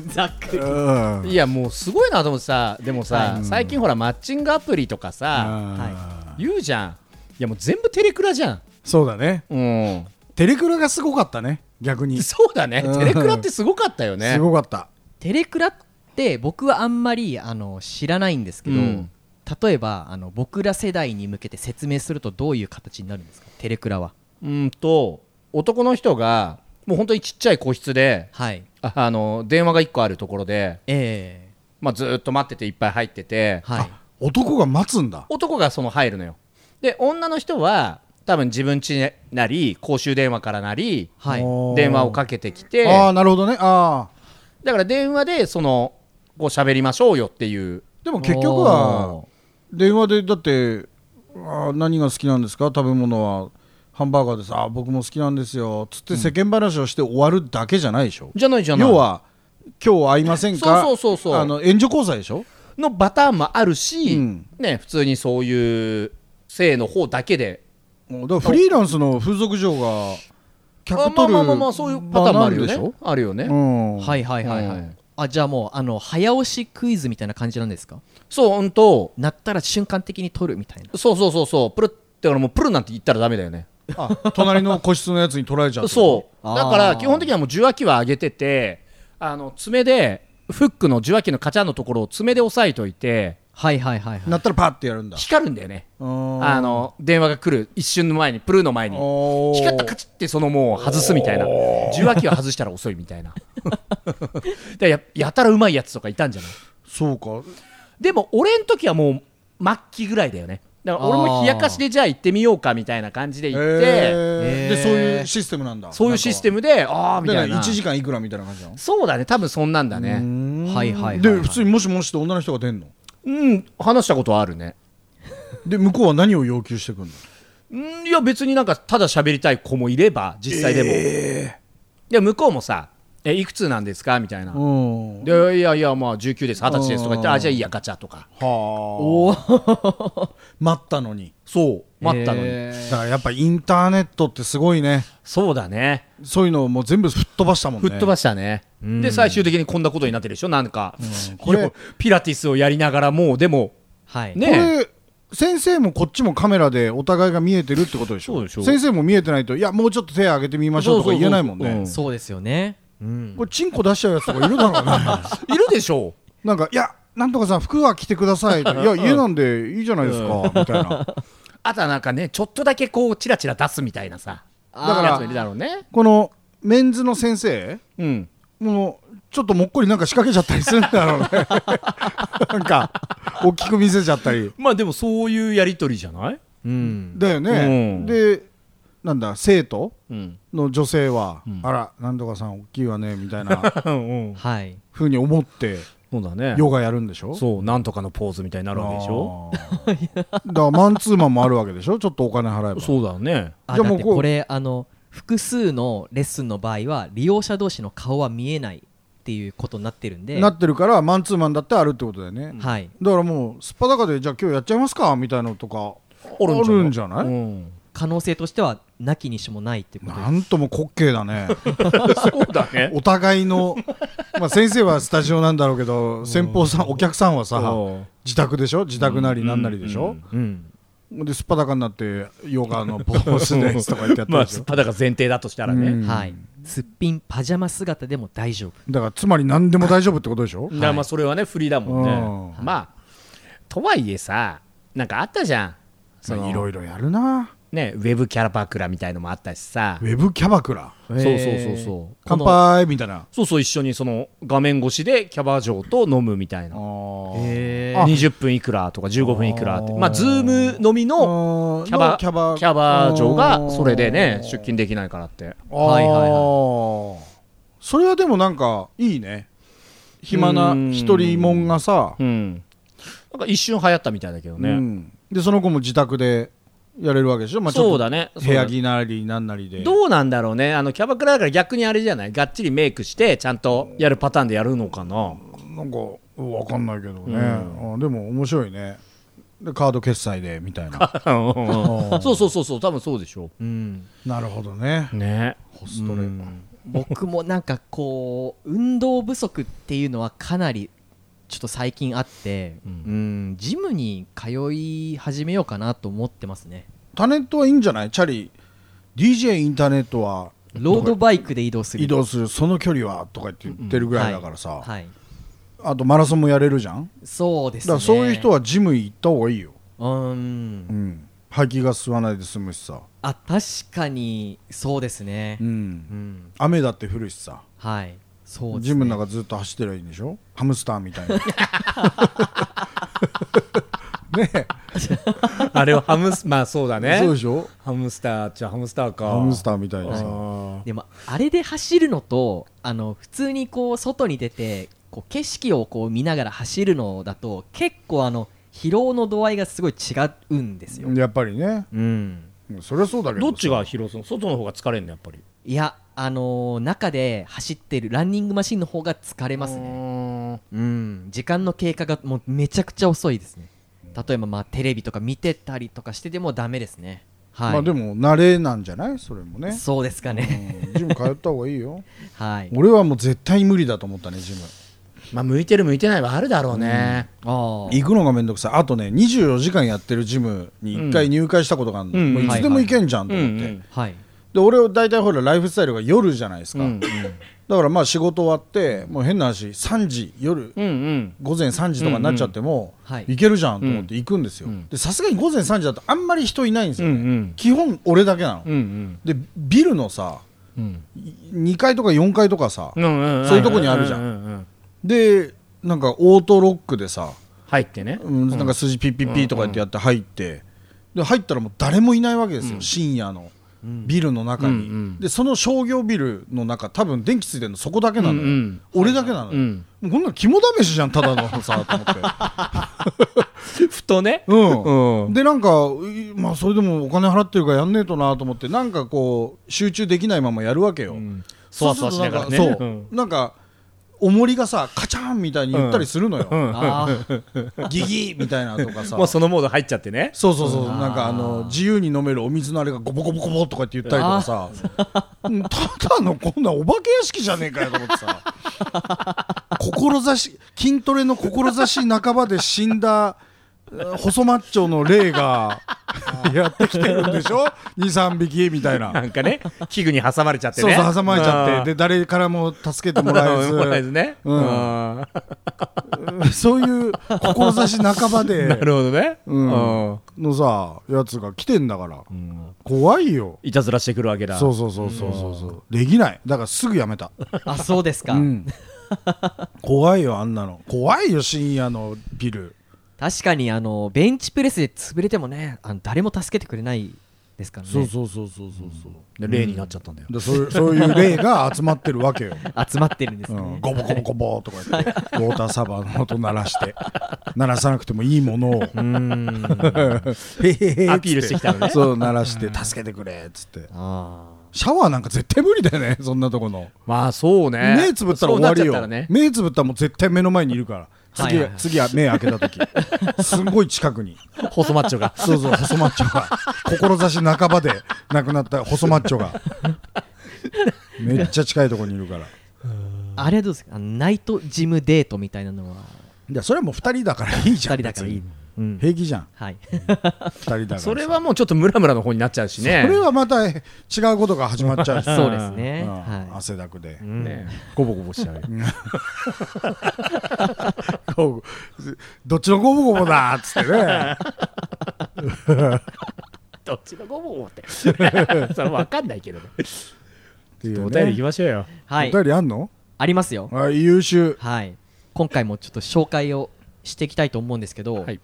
[SPEAKER 2] ざっくり
[SPEAKER 4] うん
[SPEAKER 3] いやもうすごいなと思ってさでもさ、
[SPEAKER 4] はい
[SPEAKER 3] 最近ほらマッチングアプリとかさ、
[SPEAKER 2] は
[SPEAKER 3] 言うじゃんいやもう全部テレクラじゃん
[SPEAKER 4] そうだね
[SPEAKER 3] うん
[SPEAKER 4] テレクラがすごかったね逆に、
[SPEAKER 3] そうだね
[SPEAKER 4] うん
[SPEAKER 3] テレクラってすごかったよね
[SPEAKER 4] すごかった
[SPEAKER 2] テレクラって僕はあんまりあの知らないんですけど、
[SPEAKER 3] うん
[SPEAKER 2] 例えばあの僕ら世代に向けて説明するとどういう形になるんですかテレクラは
[SPEAKER 3] うんと男の人がもう本当にちっちゃい個室で
[SPEAKER 2] はい
[SPEAKER 3] ああの電話が1個あるところで、
[SPEAKER 2] え
[SPEAKER 3] まあ、ずーっと待ってていっぱい入ってて
[SPEAKER 2] えはい
[SPEAKER 4] 男が待つんだ
[SPEAKER 3] 男がその入るのよで女の人は多分自分家なり公衆電話からなり
[SPEAKER 2] はい
[SPEAKER 4] おー
[SPEAKER 3] 電話をかけてきて
[SPEAKER 4] ああなるほどねああ
[SPEAKER 3] だから電話でそのこう喋りましょうよっていう
[SPEAKER 4] でも結局は電話でだってあー何が好きなんですか食べ物はハンバーガーですあー僕も好きなんですよつって世間話をして終わるだけじゃないでしょ、
[SPEAKER 3] じゃないじゃない
[SPEAKER 4] 要は今日会いませんか
[SPEAKER 3] そうそうそうそう
[SPEAKER 4] あの援助交際でしょ
[SPEAKER 3] のパターンもあるし、
[SPEAKER 4] うん
[SPEAKER 3] ね、普通にそういう性の方だけで
[SPEAKER 4] もうだからフリーランスの風俗嬢が
[SPEAKER 3] あ
[SPEAKER 4] 客
[SPEAKER 3] まあ
[SPEAKER 4] 取る
[SPEAKER 3] まあまあまあそういうパターンもあるよ
[SPEAKER 4] 場なんで
[SPEAKER 3] ね
[SPEAKER 4] し
[SPEAKER 3] あるよね、
[SPEAKER 4] ょうん
[SPEAKER 2] はいはいはいはい、
[SPEAKER 3] うん
[SPEAKER 2] あじゃあもうあの早押しクイズみたいな感じなんですか
[SPEAKER 3] そうほんと
[SPEAKER 2] なったら瞬間的に取るみたいな
[SPEAKER 3] そうそうそうそうプルだからもうプルなんて言ったらダメだよね
[SPEAKER 4] あ隣の個室のやつに取られちゃうっ てこ
[SPEAKER 3] そう
[SPEAKER 2] あー
[SPEAKER 3] だから基本的にはもう受話器は上げててあの爪でフックの受話器のカチャンのところを爪で押さえといて
[SPEAKER 2] はいはいはい
[SPEAKER 4] と
[SPEAKER 2] は
[SPEAKER 4] ないったらパッてやるんだ
[SPEAKER 3] 光るんだよねあ
[SPEAKER 4] あ
[SPEAKER 3] の電話が来る一瞬の前にプルの前に光ったカチッってそのもう外すみたいな受話器は外したら遅いみたいな でややたらうまいやつとかいたんじゃない
[SPEAKER 4] そうか
[SPEAKER 3] でも俺ん時はもう末期ぐらいだよねだから俺も冷やかしでじゃあ行ってみようかみたいな感じで行って、
[SPEAKER 4] えー
[SPEAKER 2] えー
[SPEAKER 4] でそういうシステムなんだ
[SPEAKER 3] そういうシステムでああみ
[SPEAKER 4] で
[SPEAKER 3] たいな
[SPEAKER 4] 1時間いくらみたいな感じなの
[SPEAKER 3] そうだね多分そんなんだね
[SPEAKER 2] はいはいはい
[SPEAKER 4] で普通にもしもしって女の人が出んの
[SPEAKER 3] うん、話したことはあるね
[SPEAKER 4] で向こうは何を要求してくるの
[SPEAKER 3] うんいや別になんかただ喋りたい子もいれば実際でも、で向こうもさ「えいくつなんですか?」みたいな「
[SPEAKER 4] うん
[SPEAKER 3] でいやいやまあ19です二十歳です」とか言って「
[SPEAKER 4] うん
[SPEAKER 3] あじゃあいいやガチャ」とか
[SPEAKER 4] は
[SPEAKER 2] おー
[SPEAKER 4] あ待ったのに
[SPEAKER 3] そう待ったのに、
[SPEAKER 2] え
[SPEAKER 4] だからやっぱインターネットってすごいね
[SPEAKER 3] そうだね
[SPEAKER 4] そういうのをもう全部吹っ飛ばしたもんね
[SPEAKER 3] 吹っ飛ばしたねで最終的にこんなことになってるでしょなんか、これピラティスをやりながらもうでも
[SPEAKER 2] ーはい、
[SPEAKER 3] ね
[SPEAKER 4] これ先生もこっちもカメラでお互いが見えてるってことでしょ
[SPEAKER 3] そうでしょ
[SPEAKER 4] 先生も見えてないといやもうちょっと手挙げてみましょうとか言えないもんね
[SPEAKER 3] そうそうそう
[SPEAKER 2] そうですよねうん
[SPEAKER 4] これチンコ出しちゃうやつとかいるだろうね
[SPEAKER 3] いるでしょ
[SPEAKER 4] なんかいやなんとかさん服は着てくださいといや家なんでいいじゃないですか、みたいな
[SPEAKER 3] あとはなんかねちょっとだけこうチラチラ出すみたいなさ
[SPEAKER 2] あー
[SPEAKER 4] だから
[SPEAKER 3] やつもいるだろうね
[SPEAKER 4] このメンズの先生
[SPEAKER 3] うん
[SPEAKER 4] もうちょっともっこりなんか仕掛けちゃったりするん だろうねなんか大きく見せちゃったり
[SPEAKER 3] まあでもそういうやり取りじゃないうん
[SPEAKER 4] だよね、
[SPEAKER 3] うん
[SPEAKER 4] でなんだ生徒
[SPEAKER 3] うん
[SPEAKER 4] の女性は、あらなんとかさん大きいわねみたいな
[SPEAKER 3] うん
[SPEAKER 2] はい
[SPEAKER 4] ふうに 思って
[SPEAKER 3] そうだね
[SPEAKER 4] ヨガやるんでしょ
[SPEAKER 3] そうなんとかのポーズみたいになるわけでしょ
[SPEAKER 4] あーだからマンツーマンもあるわけでしょちょっとお金払えば
[SPEAKER 3] そうだね
[SPEAKER 2] あ
[SPEAKER 4] じ
[SPEAKER 2] だ
[SPEAKER 4] ゃあも
[SPEAKER 2] っ
[SPEAKER 4] う
[SPEAKER 2] て
[SPEAKER 4] こう
[SPEAKER 2] これあの複数のレッスンの場合は利用者同士の顔は見えないっていうことになってるんで
[SPEAKER 4] なってるからマンツーマンだってあるってことだよね、だ
[SPEAKER 2] はい、
[SPEAKER 4] からもうすっぱだかでじゃあ今日やっちゃいますかみたいなのとかあるんじゃない
[SPEAKER 3] うん
[SPEAKER 2] 可能性としてはなきにしもないっていうことで
[SPEAKER 4] なんとも滑稽だね
[SPEAKER 3] そうだね
[SPEAKER 4] お互いの、まあ、先生はスタジオなんだろうけど先方さんお客さんはさ
[SPEAKER 3] うん
[SPEAKER 4] 自宅でしょ自宅なりなんなりでしょ、
[SPEAKER 3] うん
[SPEAKER 4] で素っ裸になってヨガのポーズですとか言ってやって
[SPEAKER 3] ま
[SPEAKER 4] る
[SPEAKER 3] あ
[SPEAKER 4] でしょ、
[SPEAKER 3] 肌が前提だとしたら
[SPEAKER 4] うん
[SPEAKER 3] ね
[SPEAKER 2] はい、すっぴんパジャマ姿でも大丈夫
[SPEAKER 4] だからつまり何でも大丈夫ってことでしょ
[SPEAKER 3] だからまあそれはね振りだもんね
[SPEAKER 4] う
[SPEAKER 3] まあとはいえさなんかあったじゃんそ
[SPEAKER 4] まあい
[SPEAKER 3] の
[SPEAKER 4] ろいろやるな
[SPEAKER 3] ねウェブキャラバクラみたいのもあったしさ
[SPEAKER 4] ウェブキャバクラ
[SPEAKER 3] そうそうそうそう
[SPEAKER 4] 乾
[SPEAKER 3] この
[SPEAKER 4] 杯みたいな
[SPEAKER 3] そうそう一緒にその画面越しでキャバ嬢と飲むみたいな
[SPEAKER 2] へ
[SPEAKER 4] あ
[SPEAKER 3] 20分いくらとか15分いくらってまあズームのみの
[SPEAKER 4] の
[SPEAKER 3] キャバ
[SPEAKER 4] キャバ
[SPEAKER 3] キャバ嬢がそれでね出勤できないからって
[SPEAKER 2] はいはいはい
[SPEAKER 4] はいそれはでもなんかいいね暇
[SPEAKER 3] う
[SPEAKER 4] なん一人もんがさ、
[SPEAKER 3] うんなんか一瞬流行ったみたいだけど
[SPEAKER 4] う
[SPEAKER 3] ね
[SPEAKER 4] んでその子も自宅でやれるわけでしょ、まあ、ちょ
[SPEAKER 3] そ
[SPEAKER 4] っ
[SPEAKER 3] う
[SPEAKER 4] と
[SPEAKER 3] だねそう
[SPEAKER 4] 部
[SPEAKER 3] だ
[SPEAKER 4] 屋着なりなんなりで
[SPEAKER 3] どうなんだろうねあのキャバクラだから逆にあれじゃないがっちりメイクしてちゃんとやるパターンでやるのかな
[SPEAKER 4] なんか分かんないけどね、
[SPEAKER 3] うん
[SPEAKER 4] あでも面白いねでカード決済でみたいな
[SPEAKER 3] そうそうそうそう多分そうでしょ
[SPEAKER 2] うん、
[SPEAKER 4] なるほどね
[SPEAKER 3] うね
[SPEAKER 4] ホストレ、
[SPEAKER 3] うん
[SPEAKER 2] 僕もなんかこう運動不足っていうのはかなりちょっと最近あって、
[SPEAKER 3] う
[SPEAKER 2] うんんジムに通い始めようかなと思ってますね
[SPEAKER 4] タネットはいいんじゃないチャリ DJ インターネットは
[SPEAKER 2] ロードバイクで移動する
[SPEAKER 4] 移動するその距離はとか言って言ってるぐらいだからさ、
[SPEAKER 2] はい
[SPEAKER 4] あとマラソンもやれるじゃん
[SPEAKER 2] そうで
[SPEAKER 4] だ
[SPEAKER 2] す
[SPEAKER 4] か
[SPEAKER 2] ね
[SPEAKER 4] らそういう人はジム行った方がいいよ、
[SPEAKER 2] うん
[SPEAKER 4] うん、排気が吸わないで済むしさ、
[SPEAKER 2] あ確かにそうですね
[SPEAKER 4] う、
[SPEAKER 2] うんん
[SPEAKER 4] 雨だって降るしさ、
[SPEAKER 2] はいそうですね
[SPEAKER 4] ジムの中ずっと走ってりゃいいんでしょハムスターみた いなねえ
[SPEAKER 3] あれはハムスまあそうだね
[SPEAKER 4] そうでしょ
[SPEAKER 3] ハムスターじゃあハムスターか
[SPEAKER 4] ハムスターみたいな
[SPEAKER 3] あ
[SPEAKER 4] さ
[SPEAKER 3] ー
[SPEAKER 2] でもあれで走るのとあの普通にこう外に出てこう景色をこう見ながら走るのだと結構あの疲労の度合いがすごい違うんですよ、
[SPEAKER 4] やっぱりね
[SPEAKER 2] うん、
[SPEAKER 4] そりゃそうだけど
[SPEAKER 3] ど
[SPEAKER 4] さ
[SPEAKER 3] っちが広そう外の方が疲れんのやっぱり
[SPEAKER 2] いやあのー中で走ってるランニングマシンの方が疲れますね
[SPEAKER 3] ね
[SPEAKER 2] うん時間の経過がもうめちゃくちゃ遅いですね例えばまあテレビとか見てたりとかしててもダメですねはい、
[SPEAKER 4] まあでも慣れなんじゃないそれもね、
[SPEAKER 2] そうですかね
[SPEAKER 4] うんジム通った方がいいよ
[SPEAKER 2] はい
[SPEAKER 4] 俺はもう絶対無理だと思ったねジム
[SPEAKER 3] まあ向いてる向いてないはあるだろうね
[SPEAKER 2] ああ
[SPEAKER 4] 行くのがめんどくさいあとね24時間やってるジムに1回入会したことがあるの、
[SPEAKER 3] うん
[SPEAKER 4] もういつでも行けんじゃんと
[SPEAKER 3] うん
[SPEAKER 4] 思って、
[SPEAKER 2] はい
[SPEAKER 4] で俺は大体ほらライフスタイルが夜じゃないです
[SPEAKER 3] う
[SPEAKER 4] か、
[SPEAKER 3] ん
[SPEAKER 4] だからまあ仕事終わってもう変な話3時夜、
[SPEAKER 3] うんうん
[SPEAKER 4] 午前3時とかになっちゃっても、
[SPEAKER 2] うんうんはい
[SPEAKER 4] 行けるじゃんと思って行くんですよ、でさすがに午前3時だとあんまり人いないんです
[SPEAKER 3] うんう
[SPEAKER 4] よね、
[SPEAKER 3] ん
[SPEAKER 4] 基本俺だけなの、
[SPEAKER 3] うん
[SPEAKER 4] でビルのさ
[SPEAKER 3] うん
[SPEAKER 4] 2階とか4階とかさ、
[SPEAKER 3] うん
[SPEAKER 4] そういうとこにあるじゃん
[SPEAKER 3] ん
[SPEAKER 4] でなんかオートロックでさ、
[SPEAKER 3] 入ってね
[SPEAKER 4] うん、なんか筋ピッピッピッとかやってやって入って、で入ったらもう誰もいないわけですよ、深夜のビルの中に、
[SPEAKER 3] うんうん
[SPEAKER 4] でその商業ビルの中多分電気ついてるのそこだけなのよ、
[SPEAKER 3] うんうん
[SPEAKER 4] 俺だけなのよ、
[SPEAKER 3] うん
[SPEAKER 4] もうこんなの肝試しじゃんただのさと思って。
[SPEAKER 3] ふとね
[SPEAKER 4] うん
[SPEAKER 3] うん
[SPEAKER 4] でなんか、いまあ、それでもお金払ってるからやんねえとなと思ってなんかこう集中できないままやるわけよ、
[SPEAKER 3] そわそわしながらね
[SPEAKER 4] そうすると
[SPEAKER 3] う
[SPEAKER 4] なん
[SPEAKER 3] ん
[SPEAKER 4] かそうなんか重りがさカチャンみたいに言ったりするのよ、
[SPEAKER 2] あー
[SPEAKER 4] ギギみたいな とかさ
[SPEAKER 3] もうそのモード入っちゃってね
[SPEAKER 4] そうそうそうなんかあの自由に飲めるお水のあれがゴボゴボゴボとかって言ったりと かさうんただのこんなお化け屋敷じゃねえかよと思ってさ志筋トレの志半ばで死んだうん細マッチョの霊がやってきてるんでしょ23匹みたいな
[SPEAKER 3] なんかね器具に挟まれちゃって
[SPEAKER 4] そう
[SPEAKER 3] ね
[SPEAKER 4] そう挟まれちゃって
[SPEAKER 3] で
[SPEAKER 4] で誰からも助けてもら え
[SPEAKER 3] もらえず
[SPEAKER 4] ず
[SPEAKER 3] ね
[SPEAKER 4] うん
[SPEAKER 3] うん
[SPEAKER 4] そういう志半ば
[SPEAKER 3] な
[SPEAKER 4] で
[SPEAKER 3] るほどね
[SPEAKER 4] うん
[SPEAKER 3] うん
[SPEAKER 4] のさやつが来てんだから怖いよ
[SPEAKER 3] いたずらしてくるわけだ
[SPEAKER 4] そうそうそうそうそうそうできないだからすぐやめた
[SPEAKER 2] あそうですか、
[SPEAKER 4] うん怖いよあんなの怖いよ深夜のビル
[SPEAKER 2] 確かにあのベンチプレスで潰れてもねあの誰も助けてくれないですからね
[SPEAKER 4] そうそうそうそうそうそう
[SPEAKER 3] で例になっちゃったんだよ、
[SPEAKER 4] でそうそういう霊が集まってるわけよ、
[SPEAKER 2] 集まってるんです
[SPEAKER 4] う
[SPEAKER 2] ね、
[SPEAKER 4] ん、ゴボゴボゴボとか言 ってウォーターサーバーの音鳴らして鳴らさなくてもいいものをへへへっつって
[SPEAKER 3] アピールしてきたのね
[SPEAKER 4] そう鳴らして助けてくれっつって
[SPEAKER 2] あ
[SPEAKER 4] シャワーなんか絶対無理だよねそんなとこの
[SPEAKER 3] まあそうね
[SPEAKER 4] 目つぶったら終わり
[SPEAKER 3] そうなっちゃった
[SPEAKER 4] よ、
[SPEAKER 3] らね
[SPEAKER 4] 目つぶったらもう絶対目の前にいるから次,、
[SPEAKER 2] はいはい
[SPEAKER 4] 次は目開けた時 すんごい近くに
[SPEAKER 3] 細マッチョが
[SPEAKER 4] そうそう細マッチョが志半ばで亡くなった細マッチョがめっちゃ近いところにいるから
[SPEAKER 2] ーあれはどうですかあのナイトジムデートみたいなのは
[SPEAKER 4] でそれはもう2人だからいいじゃん
[SPEAKER 2] 2人だからいい、うん
[SPEAKER 4] 別に平気じゃん
[SPEAKER 2] はい、
[SPEAKER 4] 2人だから
[SPEAKER 3] それはもうちょっとムラムラの方になっちゃうしね
[SPEAKER 4] これはまた違うことが始まっちゃう し
[SPEAKER 2] そうですね、
[SPEAKER 4] うん
[SPEAKER 2] はい
[SPEAKER 4] 汗だくで、
[SPEAKER 3] ねゴボゴボしちゃうよ
[SPEAKER 4] こうどっちのゴボゴボだっつって ね
[SPEAKER 3] どっちのゴボゴボって それ分かんないけどね
[SPEAKER 4] っていうね
[SPEAKER 3] お便りいきましょうよ
[SPEAKER 2] はい
[SPEAKER 4] お便りあんの
[SPEAKER 2] ありますよ
[SPEAKER 4] あ優秀
[SPEAKER 2] はい今回もちょっと紹介をしていきたいと思うんですけど、
[SPEAKER 3] はい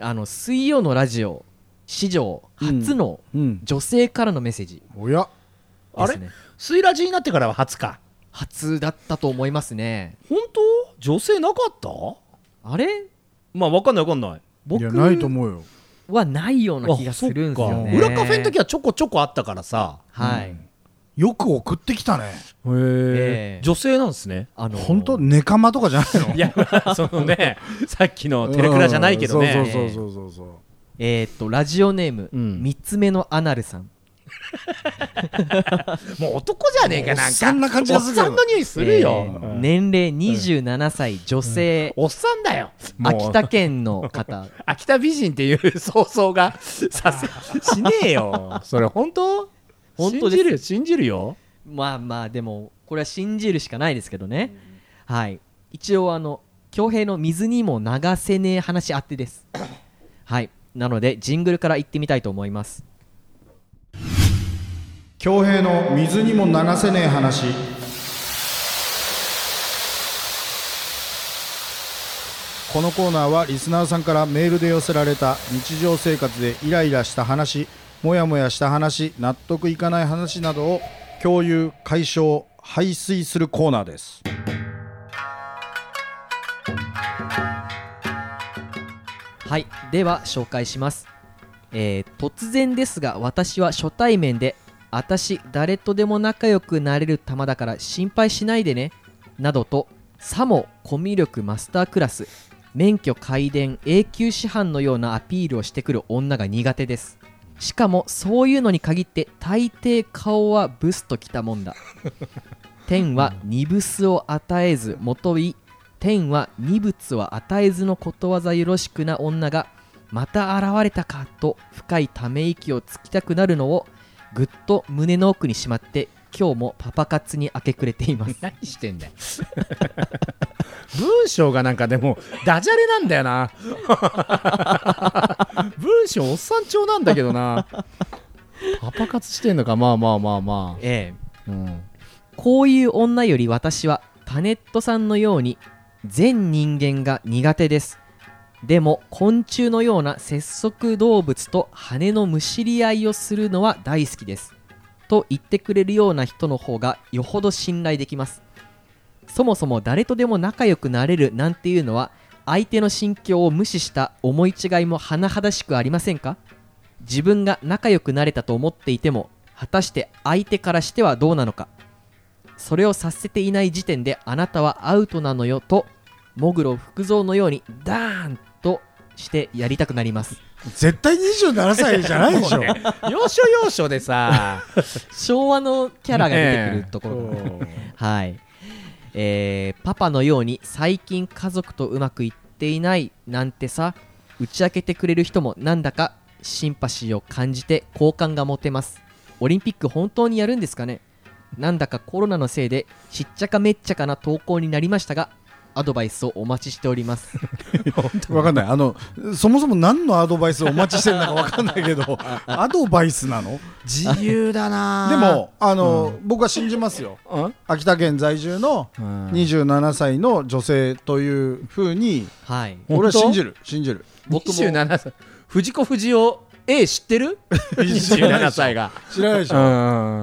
[SPEAKER 2] あの水曜のラジオ史上初の
[SPEAKER 4] うん
[SPEAKER 2] 女性からのメッセージ
[SPEAKER 4] おや
[SPEAKER 2] で
[SPEAKER 3] あ
[SPEAKER 2] す
[SPEAKER 3] れ
[SPEAKER 2] ね、
[SPEAKER 3] スイラジになってからは初か
[SPEAKER 2] 初だったと思いますね
[SPEAKER 3] 本当女性なかった
[SPEAKER 2] あれ
[SPEAKER 3] まあ分かんない分かんない
[SPEAKER 4] い
[SPEAKER 2] 僕
[SPEAKER 4] やないと思うよ
[SPEAKER 2] はないような気がするんですよね
[SPEAKER 3] 裏カフェの時はちょこちょこあったからさ
[SPEAKER 2] はい、
[SPEAKER 4] よく送ってきたね
[SPEAKER 3] へ
[SPEAKER 2] え
[SPEAKER 3] 女性なんですね
[SPEAKER 2] あのー
[SPEAKER 4] 本当ネカマとかじゃないの
[SPEAKER 3] いやまあその ねさっきのテレクラじゃないけど
[SPEAKER 4] うん
[SPEAKER 3] ね
[SPEAKER 4] そうそうそうそうそ
[SPEAKER 2] えーっとラジオネーム、
[SPEAKER 3] うん
[SPEAKER 2] 三つ目のアナルさん
[SPEAKER 3] もう男じゃねえかなんか
[SPEAKER 4] おっさんな感じがするけ
[SPEAKER 3] おっさ
[SPEAKER 4] ど
[SPEAKER 3] んの匂いするよ、
[SPEAKER 2] えー
[SPEAKER 3] うん
[SPEAKER 2] 年齢27歳女性、
[SPEAKER 3] おっさんだよも
[SPEAKER 2] 秋
[SPEAKER 3] う
[SPEAKER 2] 田県の方
[SPEAKER 3] 秋田美人っていう想像がさ せしねえよそれ本当
[SPEAKER 2] 本当です
[SPEAKER 3] 信じるよ信じるよ
[SPEAKER 2] まあまあでもこれは信じるしかないですけどね、はい一応あの恭平の水にも流せねえ話あってですはいなのでジングルから行ってみたいと思います
[SPEAKER 4] う恭平の水にも流せねえ話このコーナーはリスナーさんからメールで寄せられた日常生活でイライラした話モヤモヤした話納得いかない話などを共有解消排水するコーナーです
[SPEAKER 2] はいでは紹介します、えー突然ですが私は初対面で私誰とでも仲良くなれる玉だから心配しないでねなどとさもコミュ力マスタークラス免許改伝永久師範のようなアピールをしてくる女が苦手ですしかもそういうのに限って大抵顔はブスときたもんだ天は二ブスを与えずもとい天は二物は与えずのことわざよろしくな女がまた現れたかと深いため息をつきたくなるのをぐっと胸の奥にしまって今日もパパ活に明け暮れています
[SPEAKER 3] 何してんだよ文章がなんかでもダジャレなんだよな 文章おっさん調なんだけどなパパ活してんのかまあまあまあま
[SPEAKER 2] ええ
[SPEAKER 3] あ、うん、
[SPEAKER 2] こういう女より私はタネットさんのように全人間が苦手ですでも昆虫のような節足動物と羽のむしり合いをするのは大好きですと言ってくれるような人の方がよほど信頼できますそもそも誰とでも仲良くなれるなんていうのは相手の心境を無視した思い違いも甚だしくありませんか自分が仲良くなれたと思っていても果たして相手からしてはどうなのかそれをさせていない時点であなたはアウトなのよとモグロ福蔵のようにダーンとしてやりたくなります
[SPEAKER 4] 絶対27歳じゃないでしょ
[SPEAKER 3] 要所要所でさ
[SPEAKER 2] 昭和の キャラが出てくるところが、はい、えーパパのように最近家族とうまくいっていないなんてさ打ち明けてくれる人もなんだかシンパシーを感じて好感が持てますオリンピック本当にやるんですかねなんだかコロナのせいでしっちゃかめっちゃかな投稿になりましたがアドバイスをお待ちしております
[SPEAKER 4] わかんないあのそもそも何のアドバイスをお待ちしてるのかわかんない けどアドバイスなの
[SPEAKER 3] 自由だな
[SPEAKER 4] でもあの、僕は信じますよ
[SPEAKER 3] うん
[SPEAKER 4] 秋田県在住の
[SPEAKER 3] うん
[SPEAKER 4] 27歳の女性というふうに
[SPEAKER 2] はい
[SPEAKER 3] 本当
[SPEAKER 4] 俺は信じる信じる
[SPEAKER 2] 僕も
[SPEAKER 3] 27歳藤子不二雄 A 知ってる ?27 歳が
[SPEAKER 4] 知らないでしょ
[SPEAKER 3] う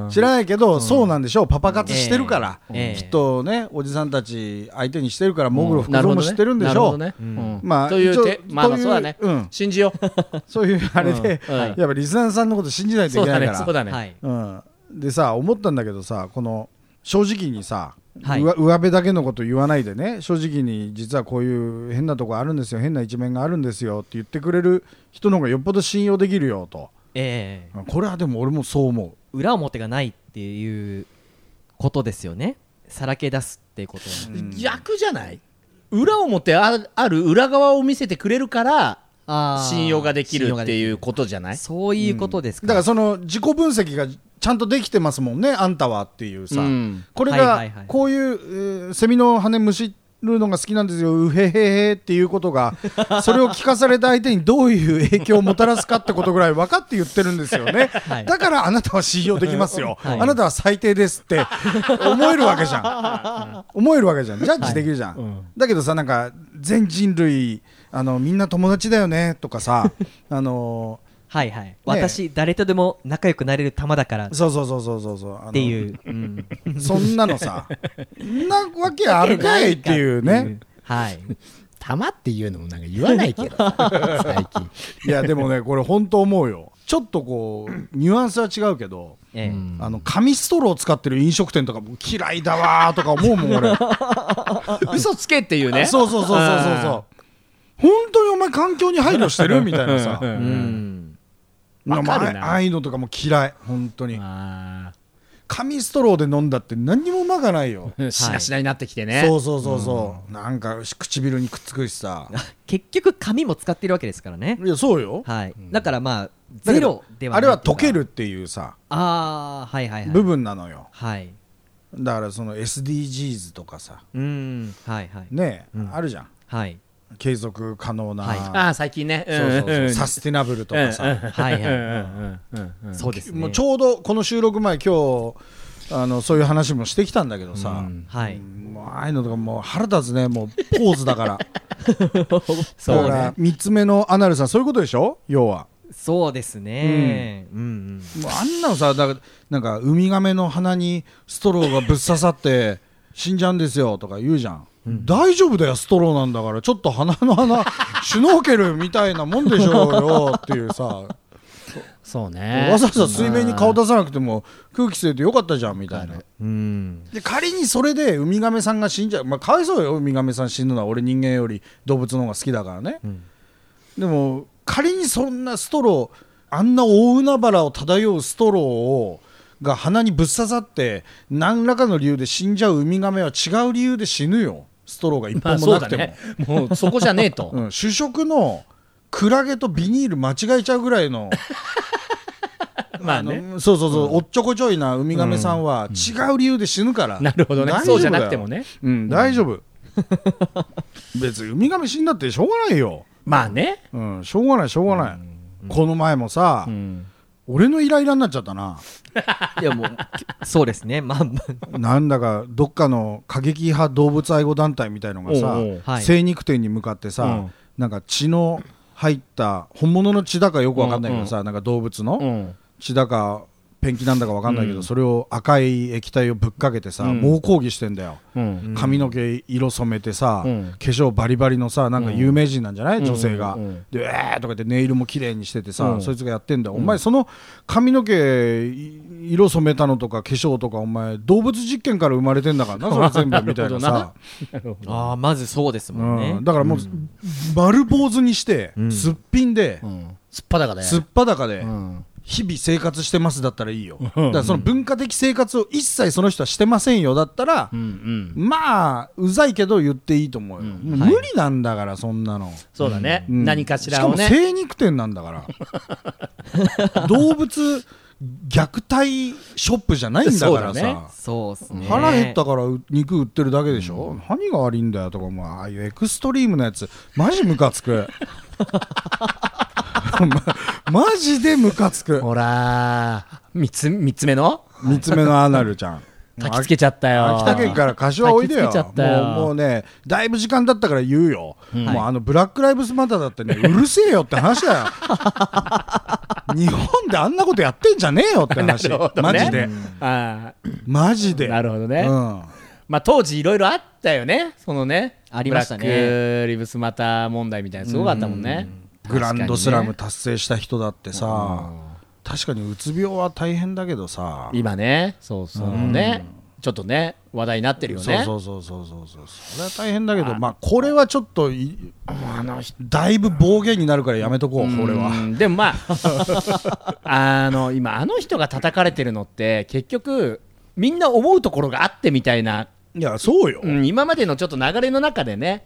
[SPEAKER 3] ん
[SPEAKER 4] 知らないけど、そうなんでしょうパパ活してるから、
[SPEAKER 2] ええ
[SPEAKER 4] きっとねおじさんたち相手にしてるからモグロ服
[SPEAKER 3] なる
[SPEAKER 4] 装
[SPEAKER 3] ほど
[SPEAKER 4] も
[SPEAKER 3] ね
[SPEAKER 4] 知ってるんでしょう、
[SPEAKER 3] なるほどねうん
[SPEAKER 4] まあ
[SPEAKER 3] とい
[SPEAKER 4] 一応
[SPEAKER 3] うてまあまあ
[SPEAKER 4] とい
[SPEAKER 3] そうだね
[SPEAKER 4] うん、
[SPEAKER 3] 信じよう
[SPEAKER 4] そういうあれで、
[SPEAKER 3] うんはい
[SPEAKER 4] やっぱリスナーさんのこと信じないと
[SPEAKER 3] そ
[SPEAKER 4] いうけな
[SPEAKER 3] だね
[SPEAKER 4] いから
[SPEAKER 3] そうだね
[SPEAKER 2] はい
[SPEAKER 4] うん、でさ思ったんだけどさこの正直にさ、
[SPEAKER 2] はいう
[SPEAKER 4] わ上辺だけのこと言わないでね正直に実はこういう変なとこあるんですよ変な一面があるんですよって言ってくれる人の方がよっぽど信用できるよと
[SPEAKER 2] ええ
[SPEAKER 4] これはでも俺もそう思
[SPEAKER 2] 裏表がないっていうことですよねさらけ出すっていうことは、
[SPEAKER 3] 逆じゃない裏表あある裏側を見せてくれるから
[SPEAKER 2] あー
[SPEAKER 3] 信用ができ
[SPEAKER 2] 信
[SPEAKER 3] る
[SPEAKER 2] 用が
[SPEAKER 3] っ
[SPEAKER 2] で
[SPEAKER 3] て
[SPEAKER 2] き
[SPEAKER 3] いうことじゃない
[SPEAKER 2] そういうことです
[SPEAKER 4] う
[SPEAKER 2] か
[SPEAKER 4] だからその自己分析がちゃんとできてますもんねあんたはっていう
[SPEAKER 3] う
[SPEAKER 4] さ、
[SPEAKER 3] ん
[SPEAKER 4] これ
[SPEAKER 2] はいはい
[SPEAKER 4] が
[SPEAKER 2] はい
[SPEAKER 4] こういう、えーセミの羽むしるのが好きなんですようへへへっていうこ とがそれを聞かされた相手にどういう影響をもたらすかってことぐらい分かって言ってるんですよね、
[SPEAKER 2] い
[SPEAKER 4] だからあなたは信用できますよ、
[SPEAKER 2] はい
[SPEAKER 4] あなたは最低ですって思えるわけじゃん思えるわけじゃんジャッジできるじゃん、だけどさなんか全人類あのみんな友達だよねとかさあの
[SPEAKER 2] はいはい、私誰とでも仲良くなれる玉だからっ
[SPEAKER 4] そうそうそうそうそうそうあの
[SPEAKER 2] ていう
[SPEAKER 4] そんなのさんなわけあるかいっていうね
[SPEAKER 2] はい
[SPEAKER 3] 玉っていうのもなんか言わないけど 最近
[SPEAKER 4] いやでもねこれ本当思うよちょっとこうニュアンスは違うけど、
[SPEAKER 2] ええ
[SPEAKER 4] あの紙ストローを使ってる飲食店とかも嫌いだわーとか思うも ん俺
[SPEAKER 3] 嘘つけっていうね
[SPEAKER 4] そうそうそうそうそうそう本当にお前環境に配慮してるみたいなさ
[SPEAKER 3] うん
[SPEAKER 2] うん
[SPEAKER 4] な
[SPEAKER 3] わかるな
[SPEAKER 4] まあああいうのとかも嫌い本当に
[SPEAKER 3] あ
[SPEAKER 4] 紙ストローで飲んだって何にもうまかないよ、
[SPEAKER 3] ーしなしなになってきてね
[SPEAKER 4] そうそうそうそう、なんか唇にくっつくしさ
[SPEAKER 2] 結局紙も使ってるわけですからね
[SPEAKER 4] いやそうよ
[SPEAKER 2] はいだからまあ
[SPEAKER 4] だけ
[SPEAKER 2] ゼ
[SPEAKER 4] ど
[SPEAKER 2] ロでは
[SPEAKER 4] あれは溶け
[SPEAKER 2] る
[SPEAKER 4] るっていうさ
[SPEAKER 2] ああはいはいはい
[SPEAKER 4] 部分なのよ、
[SPEAKER 2] はい
[SPEAKER 4] だからその SDGs とかさ
[SPEAKER 2] うんはいはい
[SPEAKER 4] ねえ、
[SPEAKER 2] うん
[SPEAKER 4] あるじゃん
[SPEAKER 2] はい
[SPEAKER 4] 継続可能な、
[SPEAKER 2] はい
[SPEAKER 3] ああ最近ね
[SPEAKER 4] そうそうそう、
[SPEAKER 3] ん
[SPEAKER 4] サスティナブルとかさ、
[SPEAKER 2] はいはい
[SPEAKER 3] うん
[SPEAKER 2] そうですね
[SPEAKER 4] もうちょうどこの収録前今日あのそういう話もしてきたんだけどさ、
[SPEAKER 2] はい
[SPEAKER 4] もうああいうのとかもう腹立つねもうポーズだから
[SPEAKER 3] そうね
[SPEAKER 4] だから3つ目のアナルさんそういうことでしょ要は
[SPEAKER 2] そうですねうんうん
[SPEAKER 4] もうあんなのさだからなんかウミガメの鼻にストローがぶっ刺さって死んじゃうんですよとか言うじゃん、大丈夫だよストローなんだからちょっと鼻の 穴シュノーケルみたいなもんでしょうよっていうさ わ
[SPEAKER 3] そうね
[SPEAKER 4] ざわざ水面に顔出さなくても空気吸えてよかったじゃんみたいな
[SPEAKER 2] うん
[SPEAKER 4] で仮にそれでウミガメさんが死んじゃう、まあ、かわいそうよウミガメさん死ぬのは俺人間より動物の方が好きだからね、でも仮にそんなストローあんな大海原を漂うストローをが鼻にぶっ刺さって何らかの理由で死んじゃうウミガメは違う理由で死ぬよストローが一
[SPEAKER 3] まあ
[SPEAKER 4] 本も
[SPEAKER 3] そ
[SPEAKER 4] な
[SPEAKER 3] う
[SPEAKER 4] く
[SPEAKER 3] だ
[SPEAKER 4] ても、
[SPEAKER 3] ねもうそこじゃねえと
[SPEAKER 4] うん、主食のクラゲとビニール間違えちゃうぐらいの
[SPEAKER 3] まあ
[SPEAKER 4] あ
[SPEAKER 3] ね
[SPEAKER 4] のそうそうそう、おっちょこちょいなウミガメさんは違う理由で死ぬから、
[SPEAKER 3] なるほどね
[SPEAKER 4] 大丈夫だよ
[SPEAKER 3] そうじゃなくてもね
[SPEAKER 4] うん、大 丈夫。別にウミガメ死んだってしょうがないよ。
[SPEAKER 3] まあね
[SPEAKER 4] うん、しょうがない、しょうがない。この前もさ、俺のイライラになっちゃったな。
[SPEAKER 2] いやもうきそうですねまあま
[SPEAKER 4] なんだかどっかの過激派動物愛護団体みたいのがさ、
[SPEAKER 3] おうおう
[SPEAKER 2] はい
[SPEAKER 4] 精肉店に向かってさ、
[SPEAKER 3] うん
[SPEAKER 4] なんか血の入った本物の血だかよくわかんないけどさ、なんか動物の、
[SPEAKER 3] ん
[SPEAKER 4] 血だかペンキなんだかわかんないけ
[SPEAKER 3] う
[SPEAKER 4] ど、
[SPEAKER 3] ん
[SPEAKER 4] それを赤い液体をぶっかけてさ、
[SPEAKER 3] うん
[SPEAKER 4] 猛抗議してんだよ。
[SPEAKER 3] うん
[SPEAKER 4] 髪の毛色染めてさ、
[SPEAKER 3] うん
[SPEAKER 4] 化粧バリバリのさなんか有名人なんじゃない、
[SPEAKER 3] ん
[SPEAKER 4] 女性が、
[SPEAKER 3] うんうん
[SPEAKER 4] で「えー!」とか言ってネイルも綺麗にしててさ、
[SPEAKER 3] うん
[SPEAKER 4] そいつがやってんだよ、お前その髪の毛い色染めたのとか化粧とかお前動物実験から生まれてんだから なそれ全部みたいなさ
[SPEAKER 2] ああまずそうですもんね
[SPEAKER 4] うん、だからもう、丸坊主にして、すっぴんで、
[SPEAKER 3] すっぱだかだよ
[SPEAKER 4] すっぱだかで、
[SPEAKER 3] ん
[SPEAKER 4] 日々生活してますだったらいいよ、だからその文化的生活を一切その人はしてませんよだったら、
[SPEAKER 3] うんうん
[SPEAKER 4] まあうざいけど言っていいと思うよ、もう
[SPEAKER 2] はい
[SPEAKER 4] 無理なんだからそんなの、
[SPEAKER 3] そうだね
[SPEAKER 4] うん
[SPEAKER 3] 何かし
[SPEAKER 4] しから
[SPEAKER 3] を
[SPEAKER 4] も
[SPEAKER 3] ね
[SPEAKER 4] 精肉店なんだから動物虐待ショップじゃないんだから
[SPEAKER 3] そうだね
[SPEAKER 4] さ。
[SPEAKER 2] そうですね
[SPEAKER 4] 腹減ったから肉売ってるだけでしょ、何が悪いんだよとかもうああいうエクストリームなやつマジムカ つく まマジでムカつく
[SPEAKER 3] ほらー三つ三つ目の
[SPEAKER 4] 三つ目のアナルち ゃん
[SPEAKER 3] 焚きつけちゃったよ
[SPEAKER 4] 秋田県から柏おいでよ
[SPEAKER 3] 焚きつけちゃったよ
[SPEAKER 4] もうもうねだいぶ時間だったから言うよ、もうあのブラック・ライブズ・マターだってねうるせえよって話 だよ日本であんなことやってんじゃねえよって話、
[SPEAKER 3] なるほど
[SPEAKER 4] マ
[SPEAKER 3] ね
[SPEAKER 4] ジで
[SPEAKER 3] あー
[SPEAKER 4] マジで
[SPEAKER 3] なるほどね
[SPEAKER 4] うん
[SPEAKER 3] まあ当時いろいろあったよねそのね
[SPEAKER 2] ありましたね
[SPEAKER 3] ブラックリブスマター問題みたいなすごかったもんね
[SPEAKER 4] グランドスラム達成した人だってさ、確かにうつ病は大変だけどさ、
[SPEAKER 3] 今ねそうそうねちょっとね話題になってるよ
[SPEAKER 4] そう
[SPEAKER 3] ね
[SPEAKER 4] そうそうそうそうそうそれは大変だけどまあこれはちょっといだいぶ暴言になるからやめとこう、これは
[SPEAKER 3] うんでもまあ あの今あの人が叩かれてるのって結局みんな思うところがあってみたいな、
[SPEAKER 4] いやそうよ、
[SPEAKER 3] うん今までのちょっと流れの中でね、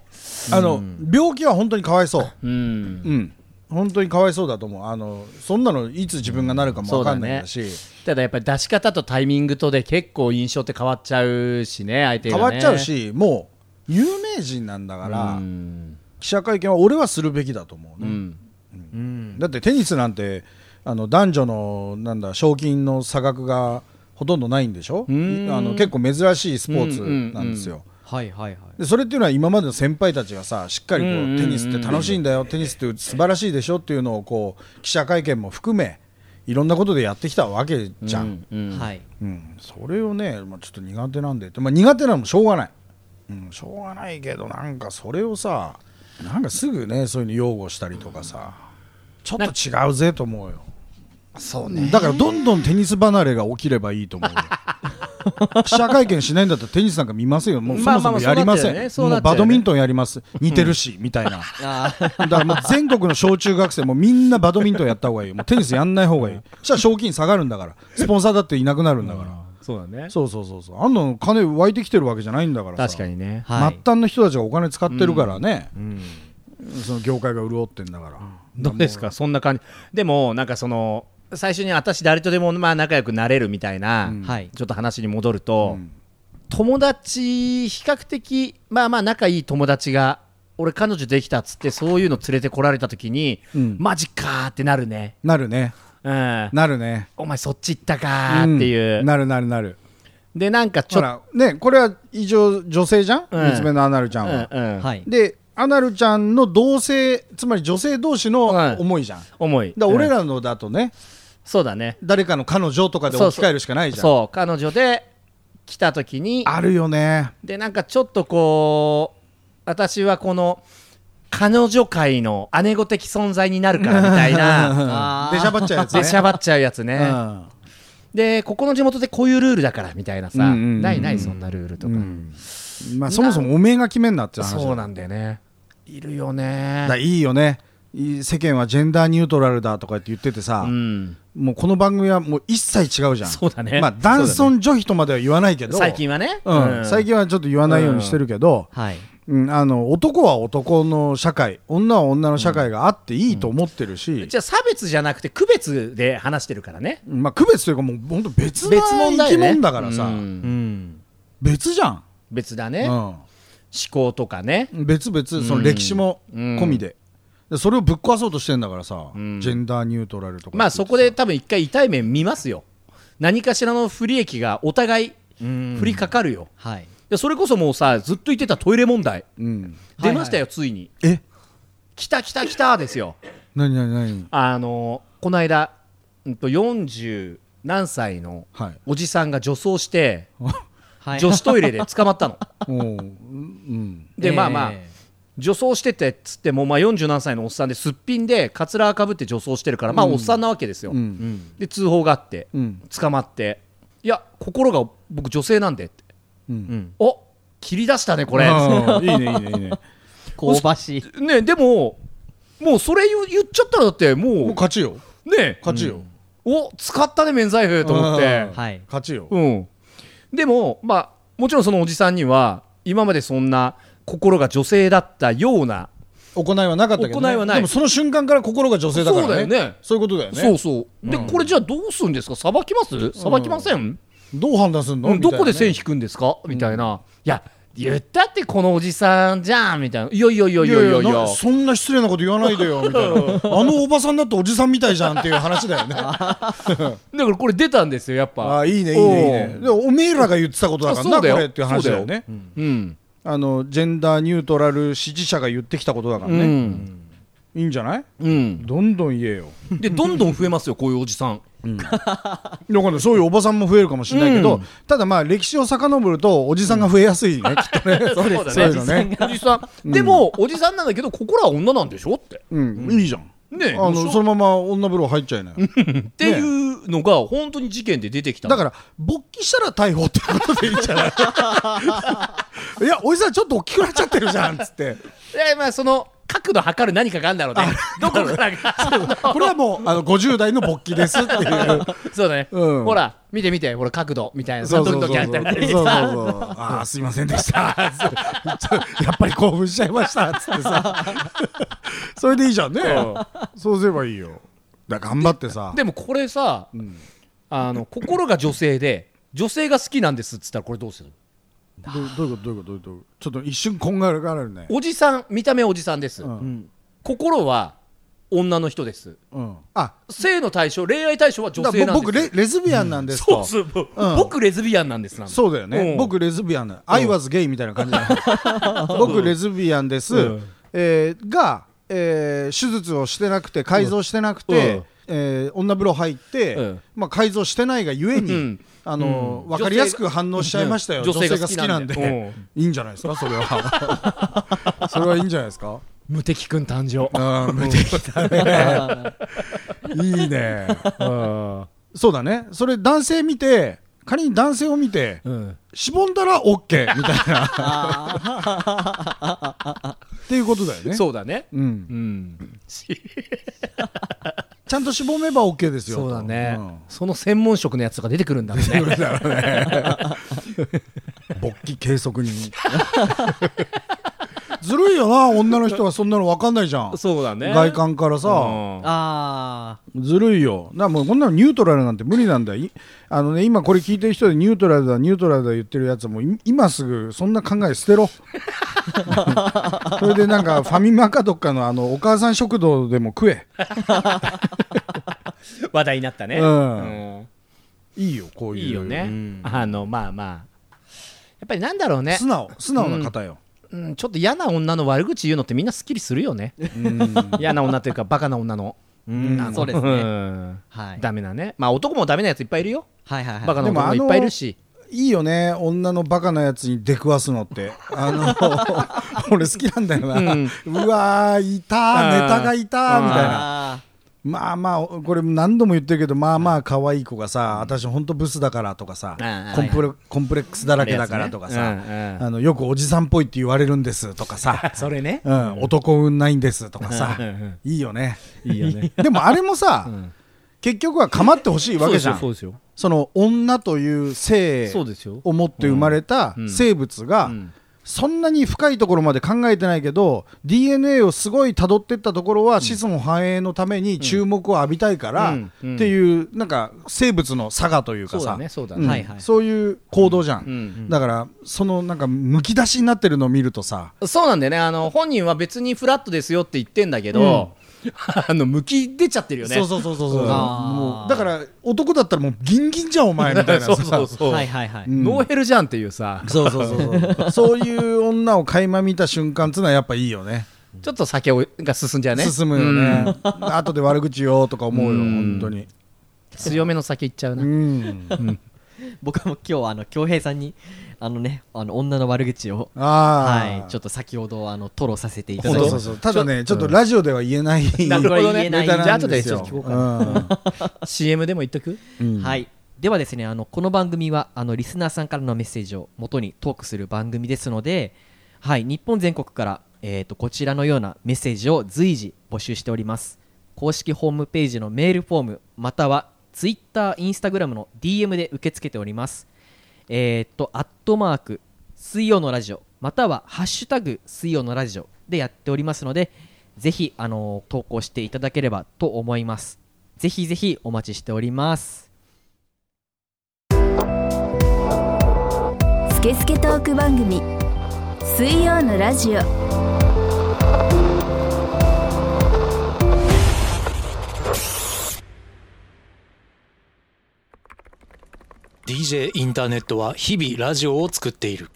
[SPEAKER 4] あの病気は本当にかわいそう
[SPEAKER 3] うん、
[SPEAKER 4] うん本当にかわいそうだと思うあのそんなのいつ自分がなるかもわかんないんだし、
[SPEAKER 3] ただやっぱり出し方とタイミングとで結構印象って変わっちゃうしね相手が、
[SPEAKER 4] 変
[SPEAKER 3] ね、
[SPEAKER 4] わっちゃうしもう有名人なんだから、記者会見は俺はするべきだと思うね、だってテニスなんてあの男女のなんだ賞金の差額がほとんどないんでしょあの結構珍しいスポーツなんですよ、
[SPEAKER 2] はいはいはい
[SPEAKER 4] でそれっていうのは今までの先輩たちがさしっかりこう、
[SPEAKER 3] うんうんうん
[SPEAKER 4] テニスって楽しいんだよテニスって素晴らしいでしょっていうのをこう記者会見も含めいろんなことでやってきたわけじゃん、
[SPEAKER 3] うん
[SPEAKER 2] はい
[SPEAKER 4] うん、それをね、まあ、ちょっと苦手なんでって、まあ、苦手なのもしょうがない、うん、しょうがないけどなんかそれをさなんかすぐねそういうの擁護したりとかさちょっと違うぜと思うよそうねだからどんどんテニス離れが起きればいいと思 うよ記者会見しないんだったらテニスなんか見ませんよもうそもそもやりません、
[SPEAKER 3] まあまあまあそう
[SPEAKER 4] も
[SPEAKER 3] なっちゃうよねそうなっ
[SPEAKER 4] う
[SPEAKER 3] ちゃうよね
[SPEAKER 4] バドミントンやります似てるし、みたいな
[SPEAKER 2] あ
[SPEAKER 4] だからもう全国の小中学生もみんなバドミントンやった方がいいよもうテニスやんない方がいいそしたら賞金下がるんだからスポンサーだっていなくなるんだから、
[SPEAKER 3] そうだね
[SPEAKER 4] そうそうそうそうあんなの金湧いてきてるわけじゃないんだからさ
[SPEAKER 3] 確かにね
[SPEAKER 2] ーはい
[SPEAKER 4] 末端の人たちがお金使ってるからね、その業界が潤ってんだから、
[SPEAKER 3] どうですかそんな感じでもなんかその最初に私誰とでもまあ仲良くなれるみたいな、
[SPEAKER 2] はい
[SPEAKER 3] ちょっと話に戻ると、友達比較的まあまあ仲いい友達が俺彼女できたっつってそういうの連れてこられた時に、
[SPEAKER 4] うん
[SPEAKER 3] マジかーってなるね、
[SPEAKER 4] なるね
[SPEAKER 3] うん、
[SPEAKER 4] なるね
[SPEAKER 3] お前そっち行ったかーっていう、
[SPEAKER 4] んなるなるなる
[SPEAKER 3] でなんかちょ
[SPEAKER 4] ほ
[SPEAKER 3] っと、
[SPEAKER 4] らねこれは一応女性じゃん、
[SPEAKER 3] うん
[SPEAKER 4] 三つ目のアナルちゃんは、
[SPEAKER 3] うんうん
[SPEAKER 2] はい
[SPEAKER 4] でアナルちゃんの同性つまり女性同士の思いじゃん、
[SPEAKER 3] 重い
[SPEAKER 4] だから俺
[SPEAKER 3] うん
[SPEAKER 4] らのだとね、
[SPEAKER 3] そうだね
[SPEAKER 4] 誰かの彼女とかで置き換えるしかないじゃん
[SPEAKER 3] そう彼女で来た時に
[SPEAKER 4] あるよね
[SPEAKER 3] でなんかちょっとこう私はこの彼女界の姉御的存在になるからみたい な
[SPEAKER 2] あー
[SPEAKER 4] 出しゃばっちゃうやつね
[SPEAKER 3] でしゃばっちゃうやつね、
[SPEAKER 4] うん
[SPEAKER 3] でここの地元でこういうルールだからみたいなさ、
[SPEAKER 4] うんうんうんうん
[SPEAKER 3] ないないそんなルールとか、
[SPEAKER 4] まあ、そもそもおめえが決めんなって話だよ
[SPEAKER 3] そうなんだよねいるよ
[SPEAKER 4] だから
[SPEAKER 3] ね
[SPEAKER 4] いいよねいい世間はジェンダーニュートラルだとかって言っててさ、
[SPEAKER 3] うん
[SPEAKER 4] もうこの番組はもう一切違うじゃん
[SPEAKER 3] そうだね
[SPEAKER 4] まあ、男尊女卑とまでは言わないけど
[SPEAKER 3] 最近はね、
[SPEAKER 4] うん最近はちょっと言わないようにしてるけど、
[SPEAKER 2] はい
[SPEAKER 4] うんあの男は男の社会女は女の社会があっていいと思ってるし、
[SPEAKER 3] じゃあ差別じゃなくて区別で話してるからね
[SPEAKER 4] まあ、区別というかもう本当別な
[SPEAKER 3] 別問
[SPEAKER 4] 生
[SPEAKER 3] 題
[SPEAKER 4] き
[SPEAKER 3] ね
[SPEAKER 4] 物だからさ、
[SPEAKER 3] うん
[SPEAKER 2] うん
[SPEAKER 4] 別じゃん、
[SPEAKER 3] 別だ
[SPEAKER 4] う
[SPEAKER 3] ね、思
[SPEAKER 4] ん、
[SPEAKER 3] 考とかね
[SPEAKER 4] 別々その歴史も込みで,、でそれをぶっ壊そうとしてんだからさ、ジェンダーニュートラルとか
[SPEAKER 3] まあそこで多分一回痛い目見ますよ何かしらの不利益がお互い
[SPEAKER 2] うん
[SPEAKER 3] 降りかかるよ、
[SPEAKER 2] はい
[SPEAKER 3] でそれこそもうさずっと言ってたトイレ問題
[SPEAKER 4] うん、
[SPEAKER 3] 出ましたよ、ついに
[SPEAKER 4] え
[SPEAKER 3] 来た来た来たですよ
[SPEAKER 4] 何何何
[SPEAKER 3] あのこの間、うん、と40何歳の
[SPEAKER 4] はい
[SPEAKER 3] おじさんが女装して、
[SPEAKER 2] はい
[SPEAKER 3] 女子トイレで捕まったの
[SPEAKER 4] おううん
[SPEAKER 3] で、まあまあ
[SPEAKER 2] ええ
[SPEAKER 3] 女装しててっつっても、まあ、40何歳のおっさんですっぴんでかつらかぶって女装してるからまあおっさんなわけですよ、
[SPEAKER 4] うん
[SPEAKER 3] で通報があって、
[SPEAKER 4] うん
[SPEAKER 3] 捕まっていや心が僕女性なんでって、
[SPEAKER 2] ん
[SPEAKER 3] お切り出したねこれ
[SPEAKER 4] あーいいねいいねいい ね
[SPEAKER 2] 香ばしい
[SPEAKER 3] ねでももうそれ言う言っちゃったらだってもう
[SPEAKER 4] もう勝ちよ
[SPEAKER 3] ね
[SPEAKER 4] 勝ちよ、
[SPEAKER 3] お使ったね免罪符と思って
[SPEAKER 4] うん
[SPEAKER 2] はい
[SPEAKER 4] 勝ちよ、
[SPEAKER 3] うんでもまあもちろんそのおじさんには今までそんな心が女性だったような
[SPEAKER 4] 行いはなかったけど、ね、
[SPEAKER 3] 行いはない
[SPEAKER 4] でもその瞬間から心が女性だからね
[SPEAKER 3] そうだよね
[SPEAKER 4] そういうことだよね
[SPEAKER 3] そうそう。で、これじゃあどうするんですかさばきますさばきません
[SPEAKER 4] どう判断するの、
[SPEAKER 3] うんどこで線
[SPEAKER 4] 線
[SPEAKER 3] 引くんですかみたいな。いや、言ったってこのおじさんじゃんみたいな。いやいやいやいやいやいや
[SPEAKER 4] な。そんな失礼なこと言わないでよ みたいなあのおばさんだっておじさんみたいじゃんっていう話だよねあ
[SPEAKER 3] だからこれ出たんですよ、やっぱ。
[SPEAKER 4] あいいねいいねいいねでもおめえらが言ってたことだから
[SPEAKER 3] あそ
[SPEAKER 4] な
[SPEAKER 3] うだ
[SPEAKER 4] こ
[SPEAKER 3] よ
[SPEAKER 4] れっていう話だよ
[SPEAKER 3] そうだ
[SPEAKER 4] ね
[SPEAKER 3] うん。
[SPEAKER 4] あのジェンダーニュートラル支持者が言ってきたことだから
[SPEAKER 3] う
[SPEAKER 4] ね、
[SPEAKER 3] ん。
[SPEAKER 4] いいんじゃない
[SPEAKER 3] うん。
[SPEAKER 4] どんどん言えよ
[SPEAKER 3] で、どんどん増えますよ、こういうおじさん。
[SPEAKER 4] だからそういうおばさんも増えるかもしれないけど、
[SPEAKER 3] うん
[SPEAKER 4] ただまあ歴史を遡るとおじさんが増えやす いね、きっとね そうです
[SPEAKER 3] そう
[SPEAKER 4] よね、
[SPEAKER 3] おじさん。でも、おじさんなんだけど、心は女なんでしょって。
[SPEAKER 4] うん、いいじゃん
[SPEAKER 3] ねえ
[SPEAKER 4] あのそのまま女風呂入っちゃいなよ
[SPEAKER 3] っていうのが本当に事件で出てきた
[SPEAKER 4] だから勃起したら逮捕っていうことでいいんじゃない いやおじさんちょっと大きくなっちゃってるじゃんっつって
[SPEAKER 3] らいやまあその角度測る何かがあるんだろうね どこからが
[SPEAKER 4] これはもうあの50代の勃起ですっていう
[SPEAKER 3] そうだね、
[SPEAKER 4] うん
[SPEAKER 3] ほら見て見てほら角度みたいな
[SPEAKER 4] そうそうそう
[SPEAKER 3] ドキドキあったりね
[SPEAKER 4] そうそうそう
[SPEAKER 3] さ
[SPEAKER 4] ああすいませんでした つってやっぱり興奮しちゃいましたっつってさそれでいいじゃんねそうすればいいよだから頑張ってさ
[SPEAKER 3] でもこれさ、あの心が女性で女性が好きなんですっつったらこれどうする
[SPEAKER 4] どどういうことどういうことどういうことちょっと一瞬こんがらがるね
[SPEAKER 3] おじさん見た目おじさんです、
[SPEAKER 4] うん
[SPEAKER 3] 心は女の人です
[SPEAKER 4] うんあ
[SPEAKER 3] 性の対象恋愛対象は女
[SPEAKER 4] だか
[SPEAKER 3] 性
[SPEAKER 4] ら
[SPEAKER 3] なん
[SPEAKER 4] 僕
[SPEAKER 3] です
[SPEAKER 4] レレズビアンなんです
[SPEAKER 3] そ
[SPEAKER 4] と
[SPEAKER 3] うそう、僕レズビアンなんですなんだ
[SPEAKER 4] そうだよね、
[SPEAKER 3] うん
[SPEAKER 4] 僕レズビアンなの I was gay みたいな感じな の僕レズビアンです、
[SPEAKER 3] うん
[SPEAKER 4] えーが、えー手術をしてなくて改造してなくて、
[SPEAKER 3] うん
[SPEAKER 4] えー女風呂入って、
[SPEAKER 3] うん
[SPEAKER 4] まあ、改造してないがゆえに、
[SPEAKER 3] うん
[SPEAKER 4] あのー分かりやすく反応しちゃいましたよ、
[SPEAKER 3] うん
[SPEAKER 4] 女
[SPEAKER 3] 女
[SPEAKER 4] 性
[SPEAKER 3] 性
[SPEAKER 4] が
[SPEAKER 3] が
[SPEAKER 4] 好
[SPEAKER 3] 好
[SPEAKER 4] き
[SPEAKER 3] き
[SPEAKER 4] な
[SPEAKER 3] なんん
[SPEAKER 4] で
[SPEAKER 3] で
[SPEAKER 4] いいんじゃないですかそれはそれはいいんじゃないですか
[SPEAKER 3] 無敵くん誕生
[SPEAKER 4] あ無敵だねいいねそうだねそれ男性見て仮に男性を見て、
[SPEAKER 3] うん
[SPEAKER 4] しぼんだら OK みたいなっていうことだよね
[SPEAKER 3] そうだね
[SPEAKER 4] うん、
[SPEAKER 3] うん
[SPEAKER 4] ちゃんとしぼめば OK ですよ
[SPEAKER 3] そうだね、
[SPEAKER 4] ん
[SPEAKER 3] その専門職のやつとか出てくるんだろうね
[SPEAKER 4] 勃起計測人ずるいよな女の人はそんなの分かんないじゃ ん、
[SPEAKER 3] そうだね
[SPEAKER 4] 外観からさ、
[SPEAKER 3] うん
[SPEAKER 2] あ
[SPEAKER 4] ずるいよだからもうこんなのニュートラルなんて無理なんだいあのね今これ聞いてる人でニュートラルだニュートラルだ言ってるやつはもうい今すぐそんな考え捨てろそれでなんかファミマかどっかのあのお母さん食堂でも食え
[SPEAKER 3] 話題になったね、
[SPEAKER 4] うん
[SPEAKER 3] うん
[SPEAKER 4] いいよこういう
[SPEAKER 3] いいよね、あのまあまあやっぱりなんだろうね
[SPEAKER 4] 素、直素直な方よ、
[SPEAKER 3] うん、ちょっと嫌な女の悪口言うのってみんなすっきりするよ ね嫌な女というかバカな女の
[SPEAKER 2] あそうです
[SPEAKER 3] う
[SPEAKER 2] ね
[SPEAKER 3] ん
[SPEAKER 2] はい
[SPEAKER 3] ダメなねまあ男もダメなやついっぱいいるよ
[SPEAKER 2] はいはいはい
[SPEAKER 3] バカな男もいっぱいいるし
[SPEAKER 4] いいよね女のバカなやつに出くわすのってあ の俺好きなんだよな、うわーいたーネタがいたーみたいな
[SPEAKER 2] あ
[SPEAKER 4] まあまあこれ何度も言ってるけどまあまあ可愛い子がさ私ほんとブスだからとかさ
[SPEAKER 3] うん
[SPEAKER 4] コンプレコンプレックスだらけだからとか
[SPEAKER 3] あ
[SPEAKER 4] さ、
[SPEAKER 3] るやつねうんうん
[SPEAKER 4] あのよくおじさんっぽいって言われるんですとかさ
[SPEAKER 3] それね
[SPEAKER 4] うん、男運ないんですとかさ
[SPEAKER 3] うんうんうん
[SPEAKER 4] いいよね
[SPEAKER 3] いいよね
[SPEAKER 4] でもあれもさ、結局は構ってほしいわけじゃん
[SPEAKER 3] そ
[SPEAKER 4] そう
[SPEAKER 3] ですよ
[SPEAKER 4] の女という性
[SPEAKER 3] そうですよ
[SPEAKER 4] を持って生まれた
[SPEAKER 3] うん
[SPEAKER 4] 生物が、
[SPEAKER 3] ん
[SPEAKER 4] そんなに深いところまで考えてないけど DNA をすごい辿ってったところは子孫繁栄のために注目を浴びたいから、
[SPEAKER 3] うんうん
[SPEAKER 4] っていうなんか生物の差がというか
[SPEAKER 3] そう
[SPEAKER 4] さ
[SPEAKER 3] だねそうだ
[SPEAKER 4] ん
[SPEAKER 3] ね
[SPEAKER 2] はいはい
[SPEAKER 4] そういう行動じゃん、
[SPEAKER 3] うんうん
[SPEAKER 4] だからそのなんかむき出しになってるのを見るとさ
[SPEAKER 3] そうなんだよねあの本人は別にフラットですよって言ってんだけど、 あの向き出ちゃってるよね
[SPEAKER 4] そうそうそうそうそう
[SPEAKER 2] あー
[SPEAKER 4] もうだから男だったらもうギンギンじゃんお前みたいな さ
[SPEAKER 3] そうそう
[SPEAKER 2] ー
[SPEAKER 3] そう、
[SPEAKER 2] はいはいはい
[SPEAKER 4] うん
[SPEAKER 3] ノーヘルじゃんっていうさ
[SPEAKER 4] そうそうそうそう そういう女を垣間見た瞬間っつうのはやっぱいいよね
[SPEAKER 3] ちょっと酒をが進んじゃうね
[SPEAKER 4] 進むよ
[SPEAKER 3] うん
[SPEAKER 4] ね、後で悪口よとか思うよ、本当に
[SPEAKER 3] 強めの酒いっちゃうな、
[SPEAKER 4] うん
[SPEAKER 2] 僕はもう今日あの恭平さんにあのねあの女の悪口を
[SPEAKER 4] ああ、
[SPEAKER 2] はいちょっと先ほどあの吐露させていた
[SPEAKER 4] そう
[SPEAKER 2] だい
[SPEAKER 4] そう
[SPEAKER 2] て
[SPEAKER 4] そうただねちょっとラジオでは言えない
[SPEAKER 3] なるほど
[SPEAKER 2] 言え
[SPEAKER 3] ね
[SPEAKER 2] ない
[SPEAKER 4] ネタ
[SPEAKER 3] じゃあ
[SPEAKER 4] なん
[SPEAKER 3] 後
[SPEAKER 4] で
[SPEAKER 3] ですちょっと聞
[SPEAKER 4] よ
[SPEAKER 3] こうかな CM でも言っとく
[SPEAKER 4] うん
[SPEAKER 2] はい。ではですね、あのこの番組はあのリスナーさんからのメッセージを元にトークする番組ですので、はい、日本全国からえっ、とこちらのようなメッセージを随時募集しております。公式ホームページのメールフォームまたはツイッター、インスタグラムの DM で受け付けております。えっ、とアットマーク水曜のラジオまたはハッシュタグ水曜のラジオでやっておりますのでぜひあの投稿していただければと思いますぜひぜひお待ちしております
[SPEAKER 1] スケスケトーク番組水曜のラジオ
[SPEAKER 5] 「DJ インターネット」は日々ラジオを作っている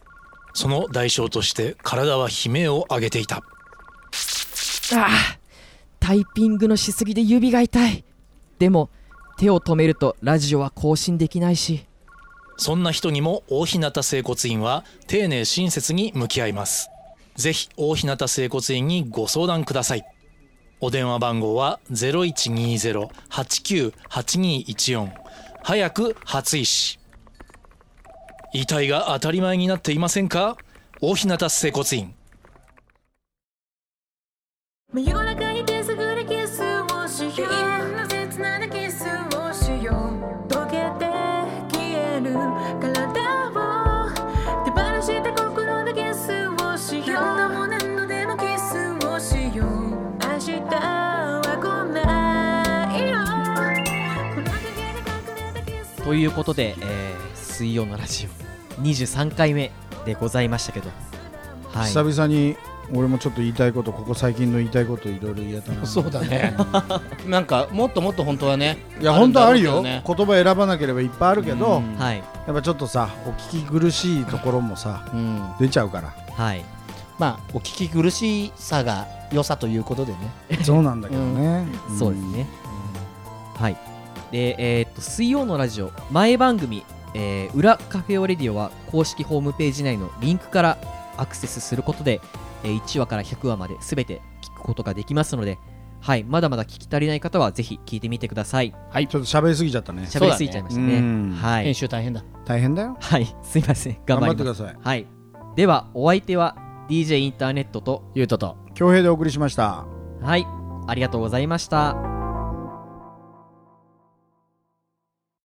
[SPEAKER 5] その代償として体は悲鳴を上げていた
[SPEAKER 2] タイピングのしすぎで指が痛いでも手を止めるとラジオは更新できないし
[SPEAKER 5] そんな人にも大日向整骨院は丁寧親切に向き合います。ぜひ大日向整骨院にご相談ください。お電話番号は0120-89-8214早く初医師。遺体が当たり前になっていませんか大日向整骨院。
[SPEAKER 6] 真夜中に手探りキスをしようの切ななキスをしよう溶けて消える体を手放した心でキスをしよう何度も何度でもキスをしよう明日は来ないよこの陰で隠れたキスを
[SPEAKER 2] ということで、えー水曜のラジオ23回目でございましたけど、はい、
[SPEAKER 4] 久々に俺もちょっと言いたいことここ最近の言いたいこといろいろ言えたな
[SPEAKER 7] そうだねなんかもっともっと本当はね
[SPEAKER 4] いや本当あるよ
[SPEAKER 7] んだろうけ
[SPEAKER 4] 言葉選ばなければいっぱいあるけど、
[SPEAKER 7] うん
[SPEAKER 2] はい
[SPEAKER 4] やっぱちょっとさお聞き苦しいところもさ
[SPEAKER 7] どねうん
[SPEAKER 4] 出ちゃうから
[SPEAKER 2] はい
[SPEAKER 7] まあお聞き苦しさが良さということでね
[SPEAKER 4] そうなんだけどね、ん
[SPEAKER 2] そうですね、はいでえーっと水曜のラジオ前番組、えー裏カフェオレディオは公式ホームページ内のリンクからアクセスすることで、えー1話から100話まで全て聞くことができますのではいまだまだ聞き足りない方はぜひ聞いてみてください
[SPEAKER 4] ちょっと喋りすぎちゃったね
[SPEAKER 2] 喋りすぎちゃいましたね
[SPEAKER 4] うん
[SPEAKER 2] はい
[SPEAKER 7] 編集大変だ
[SPEAKER 4] 大変だよ
[SPEAKER 2] はい、 すいません。頑
[SPEAKER 4] 頑
[SPEAKER 2] 張り
[SPEAKER 4] 張ってく
[SPEAKER 2] ま
[SPEAKER 4] だ
[SPEAKER 2] す。
[SPEAKER 4] さい
[SPEAKER 2] はい。では、お相手は DJ インターネットと、
[SPEAKER 7] ゆうとと
[SPEAKER 4] 恭平でお送りしました
[SPEAKER 2] はい、ありがとうございました。